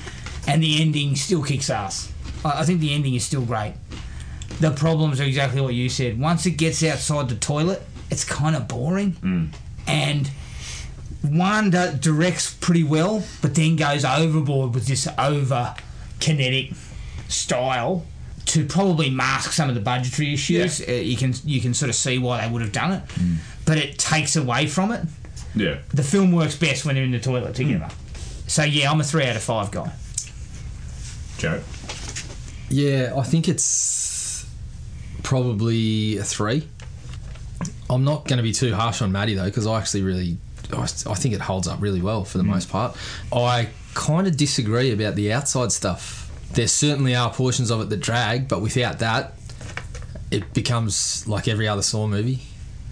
Speaker 2: and the ending still kicks ass. I, I think the ending is still great. The problems are exactly what you said. Once it gets outside the toilet, it's kind of boring. And one do- directs pretty well, but then goes overboard with this over kinetic style to probably mask some of the budgetary issues. Uh, you can you can sort of see why they would have done it, but it takes away from it.
Speaker 4: Yeah.
Speaker 2: The film works best when they're in the toilet together. So yeah, I'm a three out of five guy.
Speaker 4: Joe.
Speaker 3: Yeah, I think it's probably a three. I'm not going to be too harsh on Maddie though, because I actually really, I, I think it holds up really well for the most part. I kind of disagree about the outside stuff. There certainly are portions of it that drag, but without that, it becomes like every other Saw movie.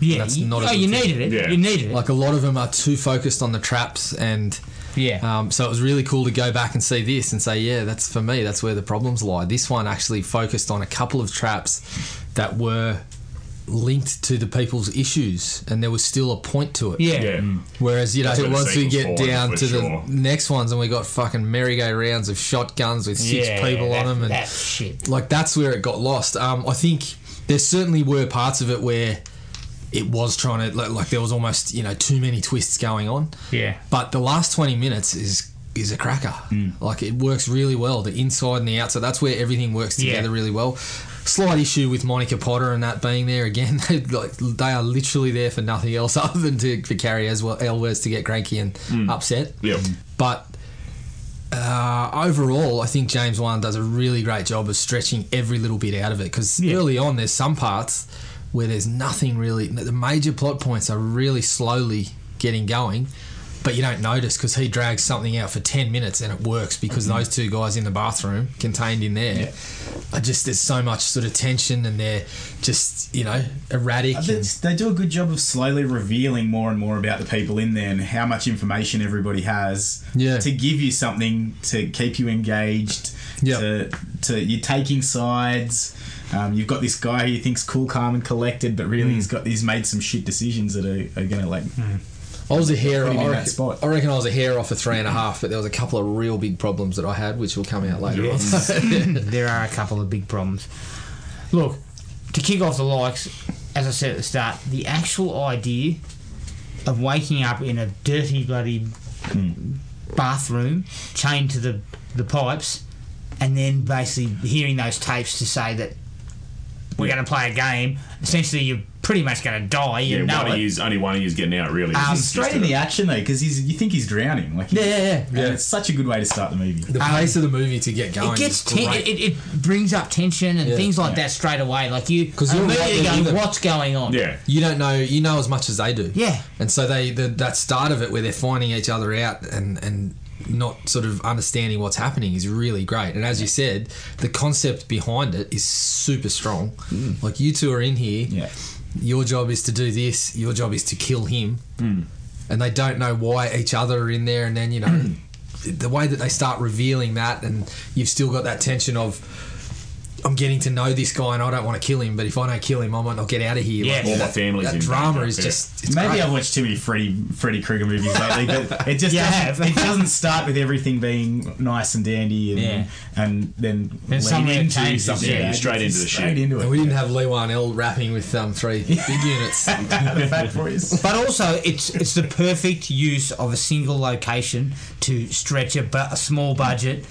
Speaker 2: Yeah,
Speaker 3: That's
Speaker 2: you,
Speaker 3: not a
Speaker 2: oh,
Speaker 3: good
Speaker 2: you
Speaker 3: thing.
Speaker 2: needed it.
Speaker 4: Yeah.
Speaker 2: You needed it.
Speaker 3: Like a lot of them are too focused on the traps and
Speaker 2: yeah.
Speaker 3: um, so it was really cool to go back and see this and say, yeah, that's for me. That's where the problems lie. This one actually focused on a couple of traps that were linked to the people's issues, and there was still a point to it.
Speaker 2: yeah. Mm.
Speaker 4: Yeah.
Speaker 3: Whereas you know,
Speaker 4: That's where the
Speaker 3: once we get
Speaker 4: sequel's falling,
Speaker 3: down
Speaker 4: for
Speaker 3: to
Speaker 4: sure.
Speaker 3: the next ones, and we got fucking merry-go-rounds of shotguns with six
Speaker 2: Yeah,
Speaker 3: people
Speaker 2: that-
Speaker 3: on them, and
Speaker 2: that shit.
Speaker 3: like that's where it got lost. Um, I think there certainly were parts of it where it was trying to like, like there was almost you know too many twists going on.
Speaker 2: Yeah.
Speaker 3: But the last twenty minutes is is a cracker. Like it works really well, the inside and the outside. That's where everything works
Speaker 2: Yeah.
Speaker 3: together really well. Slight issue with Monica Potter and that being there again. They like they are literally there for nothing else other than to for Carrie as well Elwes to get cranky and upset.
Speaker 4: Yep.
Speaker 2: Mm.
Speaker 3: But uh, overall, I think James Wan does a really great job of stretching every little bit out of it because early on, there's some parts where there's nothing really. The major plot points are really slowly getting going, but you don't notice because he drags something out for 10 minutes and it works because those two guys in the bathroom, contained in there, are just there's so much sort of tension and they're just, you know, erratic.
Speaker 5: I
Speaker 3: and-
Speaker 5: think they do a good job of slowly revealing more and more about the people in there and how much information everybody has
Speaker 3: Yeah.
Speaker 5: to give you something to keep you engaged.
Speaker 3: Yep.
Speaker 5: To, to you're taking sides. Um, you've got this guy who you think's cool, calm, and collected, but
Speaker 2: Mm.
Speaker 5: really he's got he's made some shit decisions that are, are gonna like.
Speaker 3: I was a hair.
Speaker 5: Put
Speaker 3: I
Speaker 5: him in
Speaker 3: reckon,
Speaker 5: that spot.
Speaker 3: I reckon I was a hair off a three and a half, but there was a couple of real big problems that I had, which will come out later. on.
Speaker 2: there are a couple of big problems. Look, to kick off the likes, as I said at the start, the actual idea of waking up in a dirty bloody Hmm. bathroom, chained to the, the pipes, and then basically hearing those tapes to say that we're going to play a game. Essentially, you're pretty much going to die. You
Speaker 4: yeah,
Speaker 2: know
Speaker 4: one
Speaker 2: it.
Speaker 4: of you's only one of you's getting out really.
Speaker 2: Um,
Speaker 4: It's just
Speaker 5: Straight in
Speaker 4: a-
Speaker 5: the action though, because he's you think he's drowning. Like
Speaker 2: Yeah, yeah, yeah.
Speaker 5: And It's such a good way to start the movie.
Speaker 3: The pace of the movie to get going.
Speaker 2: it gets
Speaker 3: is
Speaker 2: ten-
Speaker 3: great.
Speaker 2: it, it brings up tension and
Speaker 3: Yeah.
Speaker 2: things like that straight away. Like you,
Speaker 3: 'Cause you're
Speaker 2: immediately
Speaker 3: right there
Speaker 2: go,
Speaker 3: with it.
Speaker 2: what's going on?
Speaker 4: Yeah.
Speaker 3: you don't know you know as much as they do
Speaker 2: Yeah.
Speaker 3: and so they the, that start of it where they're finding each other out and and not sort of understanding what's happening is really great and as you said the concept behind it is super strong
Speaker 2: Mm.
Speaker 3: like you two are in here
Speaker 5: Yeah.
Speaker 3: your job is to do this your job is to kill him
Speaker 4: Hmm.
Speaker 3: and they don't know why each other are in there and then you know
Speaker 4: Hmm.
Speaker 3: the way that they start revealing that and you've still got that tension of I'm getting to know this guy and I don't want to kill him, but if I don't kill him, I might not get out of here.
Speaker 2: Yeah. All
Speaker 4: my
Speaker 3: that-
Speaker 4: family's
Speaker 3: that
Speaker 4: in
Speaker 3: drama
Speaker 4: danger,
Speaker 3: is
Speaker 4: yeah.
Speaker 3: just it's
Speaker 5: Maybe
Speaker 3: great.
Speaker 5: I've watched too many Freddy Freddy Krueger movies lately, but it just
Speaker 2: You have.
Speaker 5: doesn't, it doesn't start with everything being nice and dandy and
Speaker 2: Yeah.
Speaker 5: and then lead
Speaker 2: suddenly it
Speaker 5: into
Speaker 2: changes,
Speaker 5: something
Speaker 2: yeah.
Speaker 5: bad.
Speaker 4: Straight
Speaker 5: It's
Speaker 4: into the
Speaker 5: straight
Speaker 4: shit.
Speaker 5: into
Speaker 3: And
Speaker 5: it.
Speaker 3: we didn't have Lee Wan L rapping with um, three big units.
Speaker 5: the Fat Boys.
Speaker 2: But also, it's it's the perfect use of a single location to stretch a, bu- a small budget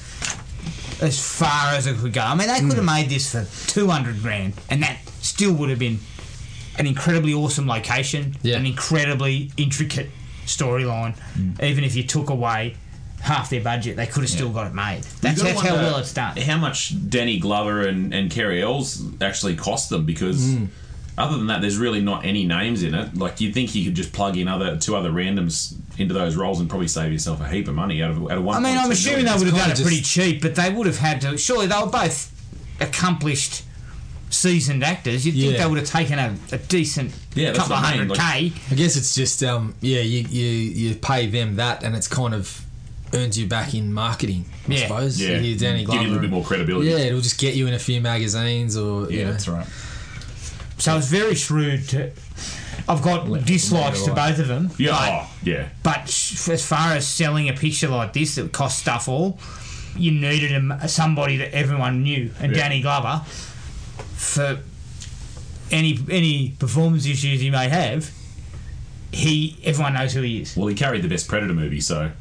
Speaker 2: as far as it could go. I mean, they
Speaker 3: Hmm.
Speaker 2: could have made this for two hundred grand, and that still would have been an incredibly awesome location,
Speaker 3: Yeah.
Speaker 2: an incredibly intricate storyline.
Speaker 3: Hmm.
Speaker 2: Even if you took away half their budget, they could have still got it made. That's,
Speaker 4: You
Speaker 2: that's
Speaker 4: gotta
Speaker 2: how
Speaker 4: wonder
Speaker 2: well it's done.
Speaker 4: How much Danny Glover and, and Kerry Ells actually cost them because
Speaker 2: Mm.
Speaker 4: other than that, there's really not any names in it. Like you'd think you could just plug in other two other randoms into those roles and probably save yourself a heap of money out of out of one.
Speaker 2: I mean, I'm assuming they would have
Speaker 3: kinda
Speaker 2: done it
Speaker 3: just-
Speaker 2: pretty cheap, but they would have had to. Surely they were both accomplished, seasoned actors. You'd think
Speaker 3: Yeah.
Speaker 2: they would have taken a, a decent
Speaker 4: Yeah, that's
Speaker 2: couple of
Speaker 4: what I
Speaker 2: hundred
Speaker 4: mean,
Speaker 2: k.
Speaker 3: I guess it's just um, yeah, you, you you pay them that, and it's kind of earns you back in marketing. I
Speaker 2: Yeah.
Speaker 3: suppose.
Speaker 4: Yeah.
Speaker 3: You, Danny
Speaker 4: Give you a
Speaker 3: Glover
Speaker 4: little bit
Speaker 3: and-
Speaker 4: more credibility.
Speaker 3: Yeah, it'll just get you in a few magazines or you
Speaker 5: Yeah,
Speaker 3: know.
Speaker 5: that's right.
Speaker 2: So it's very shrewd. To, I've got dislikes to both of them.
Speaker 4: Yeah,
Speaker 2: but-
Speaker 4: oh, yeah.
Speaker 2: But sh- as far as selling a picture like this that cost stuff all, you needed a m somebody that everyone knew, and
Speaker 4: Yeah.
Speaker 2: Danny Glover for any any performance issues he may have. He, everyone knows who he is.
Speaker 4: Well, he carried the best Predator movie, so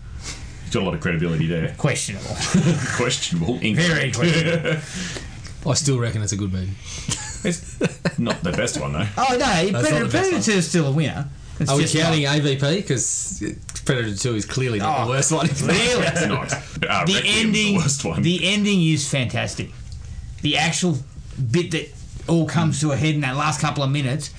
Speaker 4: he's got a lot of credibility there.
Speaker 2: Questionable,
Speaker 4: questionable.
Speaker 2: very questionable.
Speaker 3: I still reckon it's a good movie.
Speaker 4: It's not the best one though.
Speaker 2: oh no,
Speaker 3: That's not
Speaker 2: Predator,
Speaker 3: the best
Speaker 2: Predator is still a winner. It's
Speaker 3: Are we
Speaker 2: just
Speaker 3: counting
Speaker 2: not-
Speaker 3: AVP? Because Predator Two is clearly not
Speaker 2: Oh,
Speaker 3: the worst one.
Speaker 2: Really?
Speaker 4: It's not. Uh,
Speaker 2: the
Speaker 4: Requiem's
Speaker 2: ending
Speaker 4: the worst one.
Speaker 2: the ending is fantastic the actual bit that all comes to a head in that last couple of minutes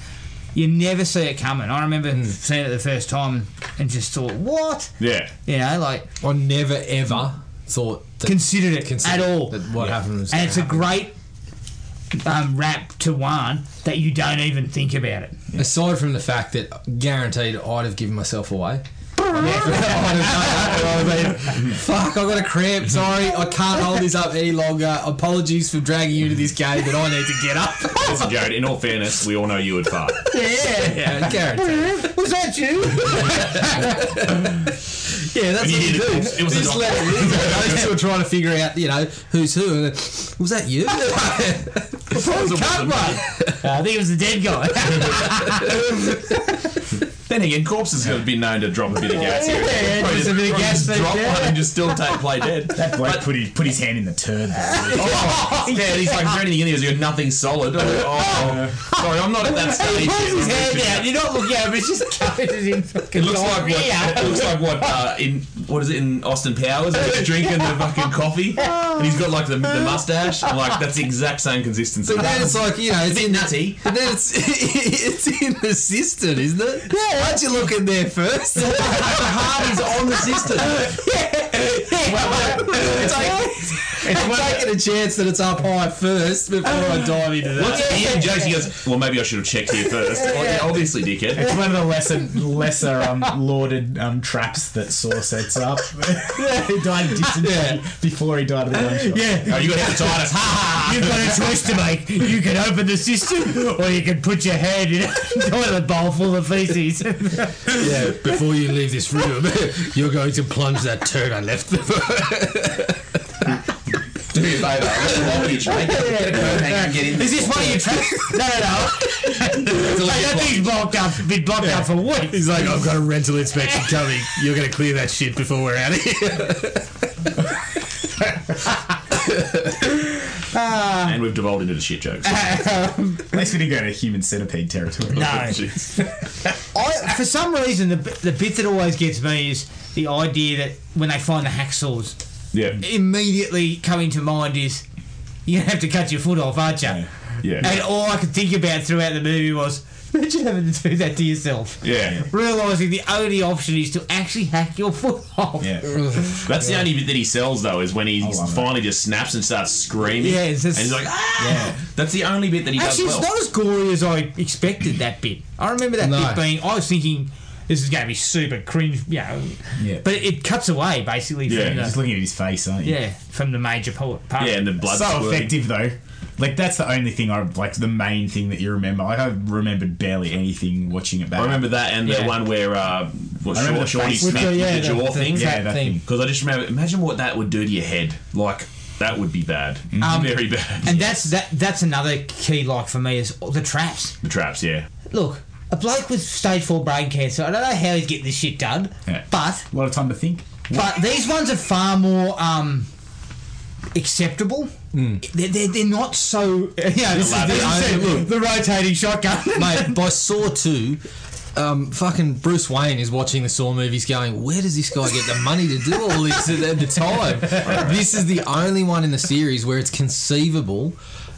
Speaker 2: you never see it coming i remember seeing it the first time and just thought what
Speaker 4: Hmm. yeah.
Speaker 2: you know like
Speaker 3: I never ever thought that
Speaker 2: considered it
Speaker 3: considered
Speaker 2: at all
Speaker 3: that what happened was
Speaker 2: and
Speaker 3: gonna
Speaker 2: it's
Speaker 3: happen.
Speaker 2: a great um, rap to one that you don't even think about it
Speaker 3: Aside from the fact that guaranteed I'd have given myself away. I'd have done that, and I'd have been, Fuck, I got a cramp. Sorry, I can't hold this up any longer. Apologies for dragging you to this game, but I need to get up.
Speaker 4: Listen, Jared. In all fairness, we all know you would fart.
Speaker 2: yeah
Speaker 3: yeah, guaranteed.
Speaker 2: was that you
Speaker 3: Yeah, that's
Speaker 4: You
Speaker 3: what you
Speaker 4: did
Speaker 3: do.
Speaker 4: it. It was a
Speaker 3: Just
Speaker 4: dog.
Speaker 3: let it linger. Those two are trying to figure out, you know, who's who. And then, was that you?
Speaker 2: Cut one. Uh, I think it was the dead guy
Speaker 4: Then again, corpses have been known to drop a bit of gas here.
Speaker 2: Yeah, just a bit of gas
Speaker 4: Just drop
Speaker 2: there.
Speaker 4: one and just still take play dead.
Speaker 5: That bloke put his, put his hand in the turd.
Speaker 4: oh, yeah, and he's like, is there anything in there? Is there nothing solid? I'm like, oh, sorry, I'm not at that stage.
Speaker 2: he
Speaker 4: yet.
Speaker 2: pulls his
Speaker 4: I'm
Speaker 2: hand
Speaker 4: reaching
Speaker 2: out. You're not looking at him. It's just covered in fucking.
Speaker 4: It looks like what
Speaker 2: diarrhea.
Speaker 4: it looks like what uh, in what is it in Austin Powers? Where He's drinking the fucking coffee, and he's got like the, the mustache. I'm like, that's the exact same consistency.
Speaker 3: But then it's like, you know, it's
Speaker 4: bit
Speaker 3: in the-
Speaker 4: nutty.
Speaker 3: But then it's, it's in the system, isn't it? Yeah. Why'd you look in there first?
Speaker 4: Hardy's on the system.
Speaker 3: I'm taking a chance that it's up high first before I dive into that.
Speaker 4: What's Ian jokes? He goes, well, maybe I should have checked here first. Well, yeah, obviously, dickhead.
Speaker 5: It's one of the lesser lesser um, lauded um, traps that Saw sets up. he died of dysentery before he died of the one shot.
Speaker 2: Yeah.
Speaker 4: Oh, you got hepatitis. Ha ha.
Speaker 2: You've got a choice to make. You can open the system, or you can put your head in a toilet bowl full of feces.
Speaker 3: Yeah, before you leave this room, you're going to plunge that turd I left.
Speaker 6: Do me a favour. Let's lock each other. Get a coat hanger and get in
Speaker 2: Is this one of your traps? No, no, no. Hey, that thing's blocked up. Been blocked up for weeks.
Speaker 3: He's like, I've got a rental inspection coming. You're going to clear that shit before we're out of here.
Speaker 2: Ah,
Speaker 4: and we've devolved into the shit jokes.
Speaker 5: At least we didn't go to human centipede territory.
Speaker 2: No. I, for some reason, the, the bit that always gets me is the idea that when they find the hacksaws,
Speaker 4: yeah.
Speaker 2: immediately coming to mind is you're going to have to cut your foot off, aren't you?
Speaker 4: Yeah.
Speaker 2: And all I could think about throughout the movie was imagine having to do that to yourself.
Speaker 4: Yeah.
Speaker 2: Realising the only option is to actually hack your foot off.
Speaker 5: Yeah.
Speaker 4: That's the only bit that he sells though, is when he finally just snaps and starts screaming.
Speaker 2: Yeah, it's just-
Speaker 4: and he's like, ah! That's the only bit that he
Speaker 2: Actually,
Speaker 4: does
Speaker 2: it's
Speaker 4: well.
Speaker 2: not as gory as I expected that bit. I remember that
Speaker 4: No.
Speaker 2: bit being. I was thinking this is going to be super cringe, you know.
Speaker 5: Yeah.
Speaker 2: But it cuts away basically
Speaker 5: Yeah,
Speaker 2: from
Speaker 5: you're
Speaker 2: the
Speaker 5: just looking at his face, aren't you?
Speaker 2: yeah from the major part. part.
Speaker 5: So effective though. Like that's the only thing I like. The main thing that you remember. Like I remembered barely anything watching it back.
Speaker 4: I remember that and the one where uh, what,
Speaker 5: I remember
Speaker 4: Shaw,
Speaker 5: the
Speaker 4: Shorty
Speaker 2: uh,
Speaker 5: face with
Speaker 4: Smith
Speaker 5: the-
Speaker 4: with
Speaker 5: yeah,
Speaker 4: the
Speaker 5: the-
Speaker 4: jaw
Speaker 5: the
Speaker 4: thing.
Speaker 5: Yeah, that thing.
Speaker 4: Because I just remember, imagine what that would do to your head. Like that would be bad,
Speaker 2: Um,
Speaker 4: very bad.
Speaker 2: And that's that. That's another key, like for me, is the traps.
Speaker 4: The traps, yeah.
Speaker 2: Look, a bloke with stage four brain cancer. I don't know how he's getting this shit done, but
Speaker 5: a lot of time to think.
Speaker 2: But these ones are far more um, acceptable.
Speaker 3: Hmm.
Speaker 2: They're, they're, they're not so. Yeah, this is, this is it. Look, the rotating shotgun.
Speaker 3: Mate, by Saw 2, um, fucking Bruce Wayne is watching the Saw movies going, where does this guy get the money to do all this at, at the time? This is the only one in the series where it's conceivable.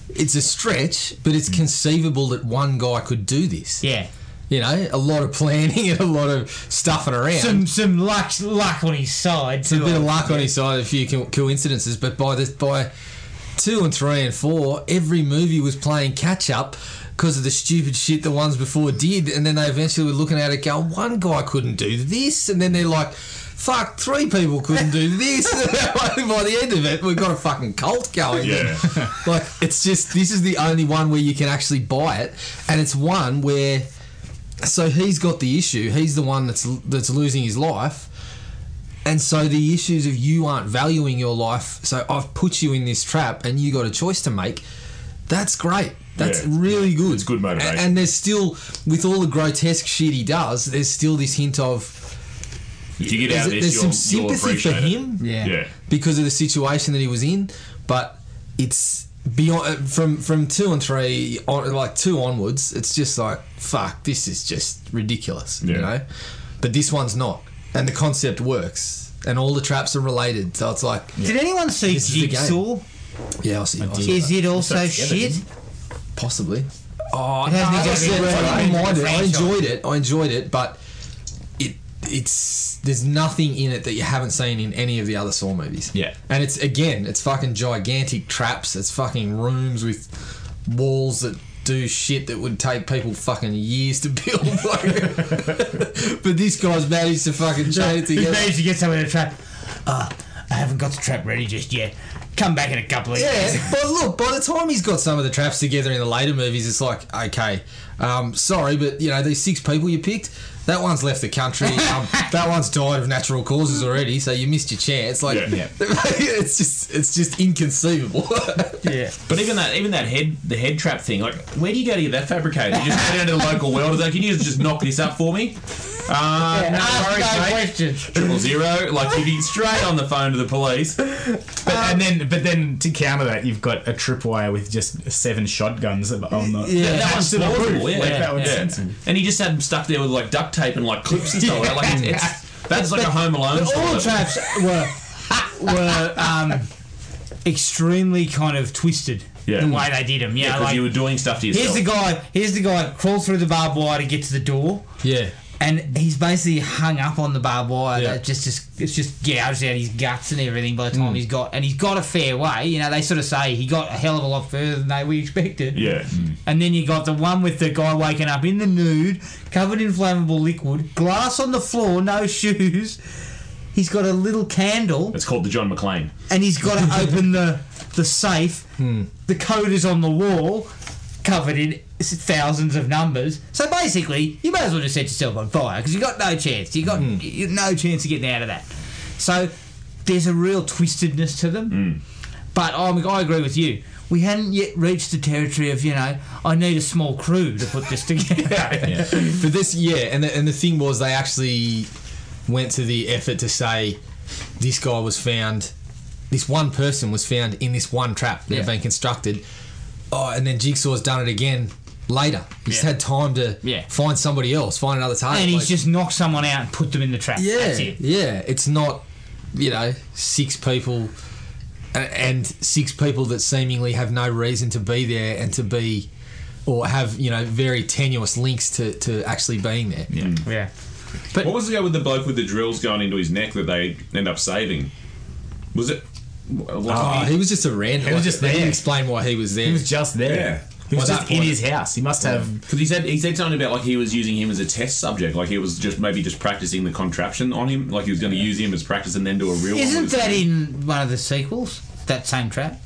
Speaker 3: It's a stretch, but it's conceivable that one guy could do this.
Speaker 2: Yeah.
Speaker 3: You know, a lot of planning and a lot of stuffing around.
Speaker 2: Some some luck luck on his side.
Speaker 3: It's a
Speaker 2: too,
Speaker 3: bit of
Speaker 2: I
Speaker 3: luck on
Speaker 2: think.
Speaker 3: his side, a few co- coincidences, but by this, by two and three and four, every movie was playing catch up because of the stupid shit the ones before did, and then they eventually were looking at it, going, one guy couldn't do this, and then they're like. Fuck, three people couldn't do this. By the end of it, we've got a fucking cult going.
Speaker 4: Yeah.
Speaker 3: like, it's just, this is the only one where you can actually buy it. And it's one where, so he's got the issue. He's the one that's that's losing his life. And so the issues of you aren't valuing your life, so I've put you in this trap and you got a choice to make. That's great. That's
Speaker 4: Yeah.
Speaker 3: really good. It's
Speaker 4: good motivation.
Speaker 3: And, there's still, with all the grotesque shit he does, there's still this hint of
Speaker 4: If you get out of
Speaker 3: there's,
Speaker 4: this, you'll,
Speaker 3: there's some
Speaker 4: you'll
Speaker 3: sympathy for
Speaker 4: appreciate it.
Speaker 3: him,
Speaker 4: Yeah.
Speaker 3: because of the situation that he was in. But it's beyond uh, from from two and three on, like two onwards. It's just like fuck, this is just ridiculous, you know. But this one's not, and the concept works, and all the traps are related. So it's like,
Speaker 2: Did anyone see
Speaker 3: This is the game.
Speaker 2: Jigsaw?
Speaker 3: yeah, I see. I see
Speaker 2: Is
Speaker 3: that.
Speaker 2: it also shit?
Speaker 3: Possibly. Oh,
Speaker 2: It hasn't
Speaker 3: no, I,
Speaker 2: exactly
Speaker 3: said,
Speaker 2: been
Speaker 3: I
Speaker 2: right.
Speaker 3: didn't mind it. I
Speaker 2: Franchise.
Speaker 3: enjoyed it. I enjoyed it, but it it's there's nothing in it that you haven't seen in any of the other Saw movies.
Speaker 5: Yeah.
Speaker 3: And it's again, it's fucking gigantic traps. It's fucking rooms with walls that do shit that would take people fucking years to build. Like- but this guy's managed to fucking chain it
Speaker 2: He
Speaker 3: together.
Speaker 2: managed to get someone in a trap. Ah, I haven't got the trap ready just yet. Come back in a couple of years.
Speaker 3: Yeah, but look, by the time he's got some of the traps together in the later movies, it's like, okay, um, sorry, but you know these six people you picked, that one's left the country, um, that one's died of natural causes already, so you missed your chance. Like,
Speaker 4: Yeah.
Speaker 3: it's just, it's just inconceivable.
Speaker 2: yeah.
Speaker 4: But even that, even that head, the head trap thing. Like, where do you go to get that fabricated? You just go down to the local welders. Like, can you just knock this up for me? Uh,
Speaker 2: Yeah,
Speaker 4: no
Speaker 2: ask
Speaker 4: worries,
Speaker 2: no
Speaker 4: mate.
Speaker 2: questions.
Speaker 4: Triple zero. Like, you'd be straight on the phone to the police.
Speaker 5: But,
Speaker 4: Um,
Speaker 5: and then, but then to counter that, you've got a tripwire with just seven shotguns on the
Speaker 4: Yeah, that one's
Speaker 5: to the roof.
Speaker 4: plausible. Yeah,
Speaker 5: Like, that one's
Speaker 4: yeah.
Speaker 5: sensible.
Speaker 4: And he just had him stuck there with like duct tape and like clips and stuff. Like, it's, it's, that's like a Home Alone.
Speaker 2: But
Speaker 4: sort
Speaker 2: all
Speaker 4: of-
Speaker 2: traps were were um, extremely kind of twisted.
Speaker 4: Yeah.
Speaker 2: The way they did them.
Speaker 4: Yeah,
Speaker 2: Yeah.
Speaker 4: because
Speaker 2: like,
Speaker 4: you were doing stuff to
Speaker 2: here's
Speaker 4: yourself.
Speaker 2: the guy. Here's the guy. Crawl through the barbed wire to get to the door.
Speaker 3: yeah.
Speaker 2: And he's basically hung up on the barbed wire that just, just it's just gouged out his guts and everything by
Speaker 4: Hmm.
Speaker 2: the time he's got and he's got a fair way. You know, they sort of say he got a hell of a lot further than they we expected.
Speaker 4: Yeah.
Speaker 2: And then you got the one with the guy waking up in the nude, covered in flammable liquid, glass on the floor, no shoes. He's got a little candle
Speaker 4: It's called the John McClane.
Speaker 2: and he's got to open the the safe. The code is on the wall, covered in s- thousands of numbers. So basically, you may as well just set yourself on fire because you got no chance. You got you no chance of getting out of that. So there's a real twistedness to them. But I'm, I agree with you. We hadn't yet reached the territory of you know I need a small crew to put this together.
Speaker 3: But this, yeah, and the, and the thing was, they actually went to the effort to say this guy was found, this one person was found in this one trap that
Speaker 2: Yeah.
Speaker 3: had been constructed. oh, and then Jigsaw's done it again later. He's
Speaker 2: Yeah.
Speaker 3: had time to find somebody else, find another target.
Speaker 2: and he's
Speaker 3: like-
Speaker 2: just knocked someone out and put them in the trap.
Speaker 3: yeah,
Speaker 2: That's it.
Speaker 3: yeah. It's not you know six people a- and six people that seemingly have no reason to be there and to be or have you know very tenuous links to, to actually being there.
Speaker 4: Yeah.
Speaker 2: yeah.
Speaker 4: But what was the guy with the bloke with the drills going into his neck that they end up saving? Was it?
Speaker 3: Oh, he was just a random.
Speaker 4: He was just
Speaker 3: they didn't
Speaker 4: there.
Speaker 3: explain why he was there.
Speaker 4: He was just there. Yeah. He was just in his
Speaker 5: house. He must have-
Speaker 4: Because he said he said something about like he was using him as a test subject, like he was just maybe just practicing the contraption on him, like he was going to use him as practice and then do a real. one
Speaker 2: Isn't
Speaker 4: with
Speaker 2: that
Speaker 4: his-
Speaker 2: in one of the sequels? That same trap.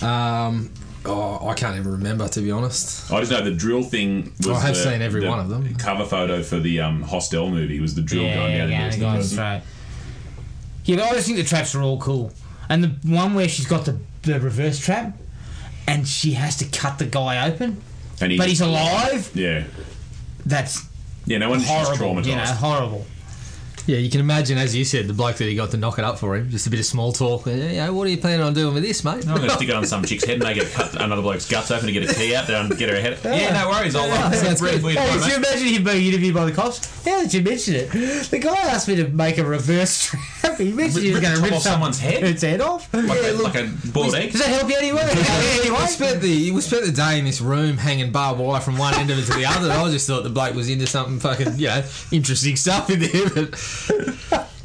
Speaker 3: Um, oh, I can't even remember to be honest.
Speaker 4: I just know the drill thing. Was
Speaker 3: I have
Speaker 4: the-
Speaker 3: seen every
Speaker 4: the
Speaker 3: one of them.
Speaker 4: Cover photo for the um, Hostel movie was the drill
Speaker 2: Yeah,
Speaker 4: going down.
Speaker 2: yeah,
Speaker 4: into
Speaker 2: the
Speaker 4: his
Speaker 2: guy
Speaker 4: nose.
Speaker 2: that's right. Yeah, but I always think the traps are all cool. And the one where she's got the, the reverse trap and she has to cut the guy open,
Speaker 4: And he-
Speaker 2: but he's alive,
Speaker 4: Yeah,
Speaker 2: that's
Speaker 4: yeah. No wonder she's
Speaker 2: horrible.
Speaker 4: traumatized.
Speaker 2: You know, horrible.
Speaker 3: Yeah, you can imagine, as you said, the bloke that he got to knock it up for him, just a bit of small talk. You know, what are you planning on doing with this, mate?
Speaker 4: I'm going to stick it on some chick's head and make it cut another bloke's guts open to get a key out there and get her head. Yeah, no worries. I'll uh,
Speaker 2: Sounds
Speaker 4: read
Speaker 2: good.
Speaker 4: for you
Speaker 2: Hey,
Speaker 4: tomorrow,
Speaker 2: did you
Speaker 4: mate.
Speaker 2: imagine him being interviewed by the cops? Now that you mention it, the guy asked me to make a reverse trap. He mentioned he was going
Speaker 4: Rip the
Speaker 2: to
Speaker 4: top
Speaker 2: rip
Speaker 4: off someone's head?
Speaker 2: Its head off.
Speaker 4: Like,
Speaker 2: Yeah,
Speaker 4: a,
Speaker 2: look,
Speaker 4: like a boiled egg.
Speaker 2: does that help you anyway?
Speaker 3: we
Speaker 2: anyway?
Speaker 3: spent the we spent the day in this room hanging barbed wire from one end of it to the other. I just thought the bloke was into something fucking you know interesting stuff in there, but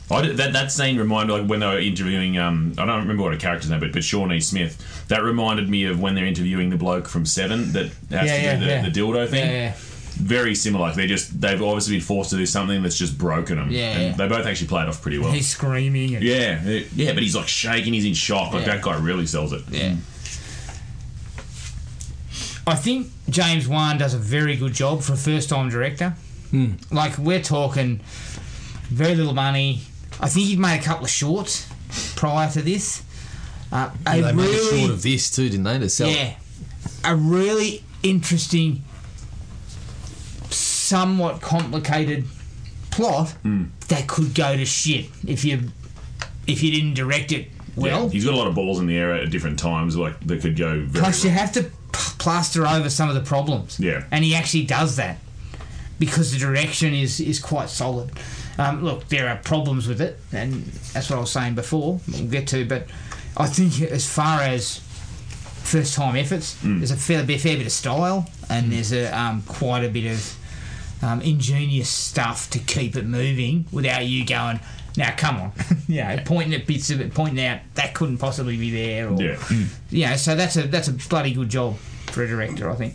Speaker 4: I did- that, that scene reminded like when they were interviewing um I don't remember what a character's name but but Shawnee Smith that reminded me of when they're interviewing the bloke from Seven that has
Speaker 2: Yeah,
Speaker 4: to
Speaker 2: yeah,
Speaker 4: do the,
Speaker 2: yeah.
Speaker 4: the dildo thing
Speaker 2: Yeah, yeah.
Speaker 4: very similar like they just they've obviously been forced to do something that's just broken them
Speaker 2: Yeah,
Speaker 4: and
Speaker 2: yeah.
Speaker 4: they both actually play it off pretty well
Speaker 2: He's screaming. And
Speaker 4: yeah it- yeah but he's like shaking he's in shock like
Speaker 2: Yeah.
Speaker 4: that guy really sells it Mm.
Speaker 2: yeah I think James Wan does a very good job for a first time director.
Speaker 3: Hmm.
Speaker 2: Like, we're talking very little money. I think he'd made a couple of shorts prior to this. Uh, a
Speaker 3: they made it
Speaker 2: really-
Speaker 3: short of this too, didn't they? To sell it?
Speaker 2: yeah. A really interesting, somewhat complicated plot
Speaker 3: Hmm.
Speaker 2: that could go to shit if you if you didn't direct it well.
Speaker 4: Yeah, he's got a lot of balls in the air at different times like that could go very
Speaker 2: Plus, you
Speaker 4: wrong.
Speaker 2: have to p- plaster over some of the problems.
Speaker 4: Yeah.
Speaker 2: And he actually does that because the direction is, is quite solid. Um, look, there are problems with it, and that's what I was saying before, we'll get to, but I think as far as first time efforts,
Speaker 4: Mm.
Speaker 2: there's a fair bit, fair bit of style, and there's a um, quite a bit of um, ingenious stuff to keep it moving without you going. Now come on, you know, pointing at bits of it, pointing out that couldn't possibly be there, or
Speaker 4: yeah
Speaker 2: yeah, so that's a that's a bloody good job for a director, I think.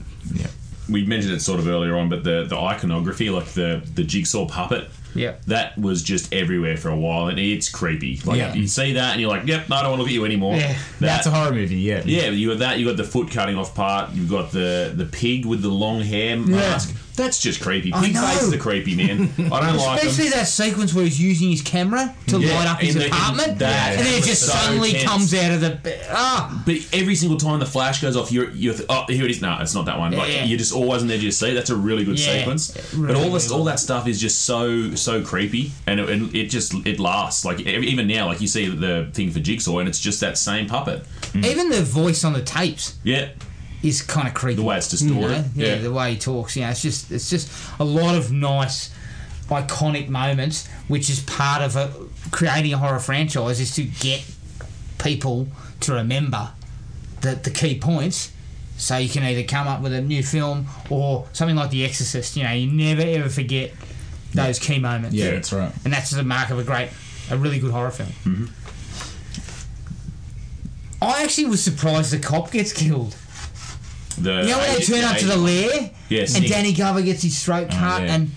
Speaker 4: we mentioned it sort of earlier on, but the, the iconography, like the, the jigsaw puppet,
Speaker 2: Yeah.
Speaker 4: that was just everywhere for a while, and it's creepy. Like
Speaker 5: Yeah.
Speaker 4: you see that, and you're like, "Yep, no, I don't want to look at you anymore."
Speaker 5: Yeah. That's a horror movie, yeah.
Speaker 4: Yeah, you got that. You got the foot cutting off part. You've got the the pig with the long hair mask. That's just creepy.
Speaker 2: I
Speaker 4: Pig
Speaker 2: know.
Speaker 4: faces are creepy, man. I don't like them.
Speaker 2: Especially that sequence where he's using his camera to
Speaker 4: Yeah,
Speaker 2: light up his
Speaker 4: and the-
Speaker 2: apartment,
Speaker 4: that
Speaker 2: and then it
Speaker 4: was
Speaker 2: just
Speaker 4: so
Speaker 2: suddenly
Speaker 4: tense.
Speaker 2: comes out of the ah.
Speaker 4: But every single time the flash goes off, you're, you're th- oh here it is. No, it's not that one. Like
Speaker 2: Yeah.
Speaker 4: you're just always in the edge of your seat. That's a really good
Speaker 2: Yeah.
Speaker 4: sequence.
Speaker 2: Really
Speaker 4: but all this,
Speaker 2: well.
Speaker 4: all that stuff is just so so creepy, and it, it, it just it lasts. Like ev- even now, like you see the thing for Jigsaw, and it's just that same puppet.
Speaker 2: Even the voice on the tapes
Speaker 4: Yeah,
Speaker 2: is kind of creepy.
Speaker 4: the way it's
Speaker 2: you
Speaker 4: distorted.
Speaker 2: know? yeah,
Speaker 4: yeah.
Speaker 2: the way he talks. You know, it's just it's just a lot of nice, iconic moments, which is part of a creating a horror franchise is to get people to remember the the key points. So you can either come up with a new film or something like The Exorcist. You know, you never ever forget those key moments.
Speaker 5: Yeah, that's right.
Speaker 2: and that's the mark of a great, a really good horror film. I actually was surprised the cop gets killed.
Speaker 4: The
Speaker 2: You know when they turn up to the lair,
Speaker 4: Yeah,
Speaker 2: and
Speaker 4: sneak.
Speaker 2: Danny Glover gets his throat cut,
Speaker 4: yeah.
Speaker 2: and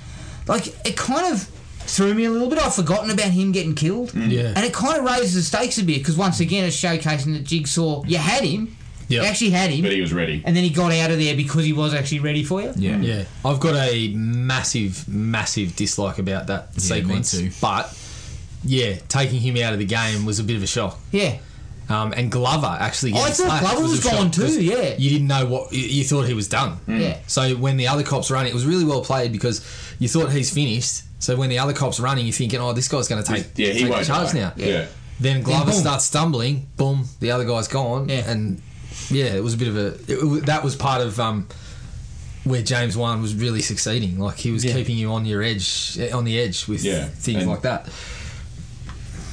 Speaker 2: like it kind of threw me a little bit. I've forgotten about him getting killed,
Speaker 3: Mm. Yeah.
Speaker 2: and it kind of raises the stakes a bit because once again, it's showcasing that Jigsaw. You had him, you actually had him,
Speaker 4: But he was ready.
Speaker 2: and then he got out of there because he was actually ready for you.
Speaker 5: Yeah.
Speaker 3: Yeah, I've got a massive, massive dislike about that sequence.
Speaker 5: too.
Speaker 3: But yeah, taking him out of the game was a bit of a shock.
Speaker 2: Yeah.
Speaker 3: Um, and Glover actually.
Speaker 2: Oh, I
Speaker 3: getting
Speaker 2: thought
Speaker 3: slapped
Speaker 2: Glover
Speaker 3: a
Speaker 2: was gone
Speaker 3: shock,
Speaker 2: too,
Speaker 3: 'cause
Speaker 2: yeah. Mm.
Speaker 3: you didn't know what you, you thought he was done.
Speaker 2: Yeah.
Speaker 3: So when the other cops run, it was really well played because you thought he's finished. So when the other cops running, you're thinking, oh, this guy's going to take,
Speaker 6: Yeah, he
Speaker 3: take
Speaker 6: won't
Speaker 3: charge
Speaker 6: die.
Speaker 3: now.
Speaker 6: Yeah.
Speaker 3: Then Glover
Speaker 2: boom.
Speaker 3: starts stumbling. Boom, the other guy's gone.
Speaker 2: Yeah.
Speaker 3: And Yeah, it was a bit of a. It, wa- that was part of um, where James Wan was really succeeding. Like he was keeping you on your edge, eh, on the edge with
Speaker 6: Yeah,
Speaker 3: things
Speaker 6: and-
Speaker 3: like that.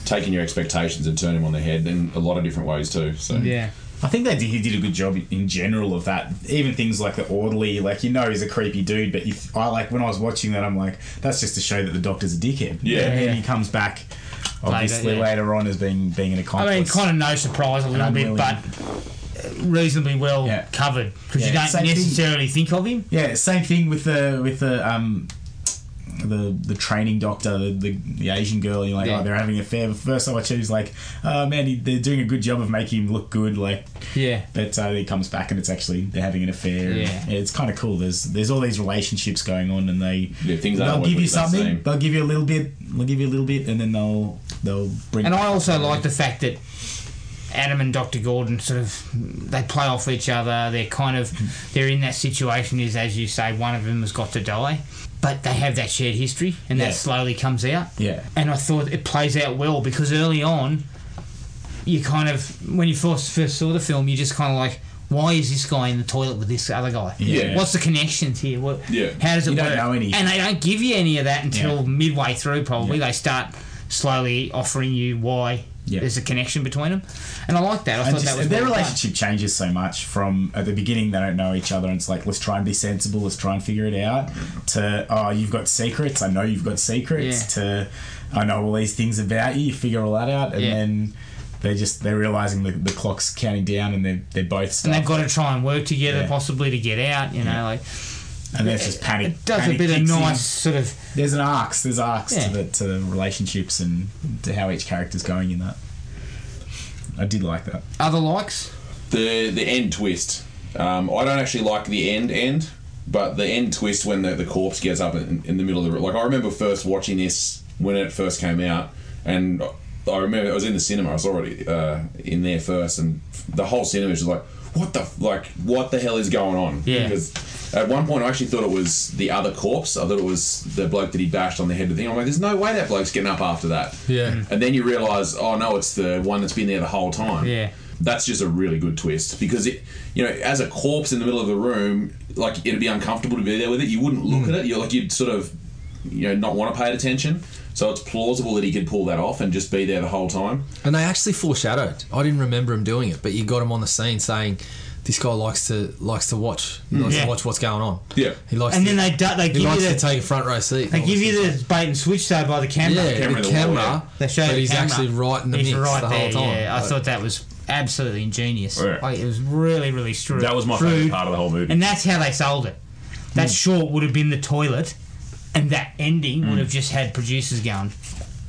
Speaker 6: Taking your expectations and turning them on their head in a lot of different ways too. So
Speaker 5: I think they did, he did a good job in general of that. Even things like the orderly, like you know he's a creepy dude, but you, I like when I was watching that, I'm like, that's just to show that the doctor's a dickhead.
Speaker 6: Yeah.
Speaker 5: and
Speaker 2: Yeah.
Speaker 5: he comes back obviously
Speaker 2: yeah.
Speaker 5: later on as being being an accomplice.
Speaker 2: I mean, kind of no surprise a little bit,
Speaker 5: unwilling.
Speaker 2: but reasonably well covered because
Speaker 5: Yeah,
Speaker 2: you don't
Speaker 5: same thing.
Speaker 2: necessarily think of him.
Speaker 5: Yeah, same thing with the with the um the the training doctor, the the, the Asian girl. You're like,
Speaker 2: Yeah.
Speaker 5: oh, they're having an affair. But first time I watched it, he's like, oh man, he, they're doing a good job of making him look good. Like,
Speaker 2: Yeah.
Speaker 5: but uh, he comes back and it's actually they're having an affair. and
Speaker 2: Yeah.
Speaker 5: it's kind of cool. There's there's all these relationships going on, and they
Speaker 6: Yeah, things aren't
Speaker 5: they'll
Speaker 6: always
Speaker 5: give you
Speaker 6: what they
Speaker 5: something.
Speaker 6: seem.
Speaker 5: They'll give you a little bit. They'll give you a little bit, and then they'll they'll bring.
Speaker 2: And I also like the fact that Adam and Dr. Gordon sort of they play off each other. They're kind of
Speaker 5: Hmm.
Speaker 2: they're in that situation is as you say, one of them has got to die. But they have that shared history and
Speaker 5: Yeah.
Speaker 2: that slowly comes out.
Speaker 5: yeah.
Speaker 2: And I thought it plays out well because early on you kind of when you first first saw the film you just kinda like why is this guy in the toilet with this other guy?
Speaker 5: Yeah.
Speaker 2: What's the connections here? What,
Speaker 6: Yeah.
Speaker 2: How does it
Speaker 5: You don't
Speaker 2: work?
Speaker 5: know any.
Speaker 2: And they don't give you any of that until
Speaker 5: Yeah.
Speaker 2: midway through. Probably
Speaker 5: Yeah.
Speaker 2: they start slowly offering you why
Speaker 5: Yeah.
Speaker 2: there's a connection between them, and I like that. I
Speaker 5: And
Speaker 2: thought
Speaker 5: just-
Speaker 2: that was
Speaker 5: their
Speaker 2: well done.
Speaker 5: relationship changes so much from at the beginning they don't know each other and it's like let's try and be sensible let's try and figure it out to oh you've got secrets I know you've got secrets to I know all these things about you you figure all that out and
Speaker 2: Yeah.
Speaker 5: then they're just they're realizing the, the clock's counting down and they're, they're both
Speaker 2: And
Speaker 5: stuck
Speaker 2: they've got to try and work together,
Speaker 5: Yeah.
Speaker 2: possibly to get out. You know, like
Speaker 5: and there's just panic
Speaker 2: it does a
Speaker 5: panic
Speaker 2: bit of
Speaker 5: kicks in.
Speaker 2: nice sort of
Speaker 5: there's an arcs there's arcs
Speaker 2: Yeah.
Speaker 5: to, the, to the relationships and to how each character's going in that I did like that
Speaker 2: other likes.
Speaker 6: the the end twist. Um, I don't actually like the end end, but the end twist when the, the corpse gets up in, in the middle of the room. Like I remember first watching this when it first came out, and I remember I was in the cinema. I was already uh, in there first, and the whole cinema was just like, "What the f- like? What the hell is going on?"
Speaker 2: Yeah.
Speaker 6: Because at one point I actually thought it was the other corpse. I thought it was the bloke that he bashed on the head of the thing. I'm like, "There's no way that bloke's getting up after that."
Speaker 3: Yeah.
Speaker 6: And then you realise, oh no, it's the one that's been there the whole time.
Speaker 2: Yeah.
Speaker 6: That's just a really good twist because it, you know, as a corpse in the middle of the room, like it'd be uncomfortable to be there with it. You wouldn't
Speaker 4: Hmm.
Speaker 6: look at it. You're like you'd sort of, you know, not want to pay it attention. So it's plausible that he could pull that off and just be there the whole time.
Speaker 3: And they actually foreshadowed. I didn't remember him doing it, but you got him on the scene saying, "This guy likes to likes to watch, likes
Speaker 2: Yeah.
Speaker 3: to watch what's going on."
Speaker 6: Yeah.
Speaker 3: He likes.
Speaker 2: And
Speaker 3: to,
Speaker 2: then they do, they
Speaker 3: he
Speaker 2: give
Speaker 3: likes
Speaker 2: you
Speaker 3: to
Speaker 2: the
Speaker 3: take a front row seat.
Speaker 2: they give you the bait and switch though by the camera.
Speaker 6: camera
Speaker 3: yeah, the
Speaker 6: in the wall,
Speaker 3: camera.
Speaker 6: yeah.
Speaker 2: They show
Speaker 3: but
Speaker 2: the
Speaker 3: he's
Speaker 2: camera.
Speaker 3: actually right in the
Speaker 2: He's
Speaker 3: mix
Speaker 2: right
Speaker 3: the whole
Speaker 2: there,
Speaker 3: time.
Speaker 2: Yeah, I
Speaker 3: Like,
Speaker 2: thought that was absolutely ingenious.
Speaker 4: Yeah.
Speaker 2: Like, it was really, really true.
Speaker 4: That was my favorite part of the whole movie.
Speaker 2: And that's how they sold it.
Speaker 3: Hmm.
Speaker 2: That short would have been the toilet, and that ending
Speaker 3: Hmm.
Speaker 2: would have just had producers going,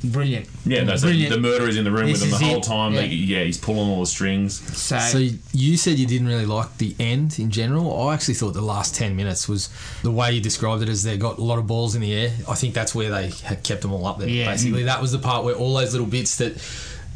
Speaker 2: brilliant.
Speaker 4: yeah, that's it.
Speaker 2: brilliant.
Speaker 4: The murderer's in the room
Speaker 2: This
Speaker 4: with him
Speaker 2: is
Speaker 4: the whole
Speaker 2: it.
Speaker 4: time.
Speaker 2: Yeah.
Speaker 4: Like, Yeah. he's pulling all the strings.
Speaker 2: So,
Speaker 3: So you- you said you didn't really like the end in general. I actually thought the last ten minutes was the way you described it as they got a lot of balls in the air. I think that's where they had kept them all up there.
Speaker 2: Yeah.
Speaker 3: Basically, that was the part where all those little bits that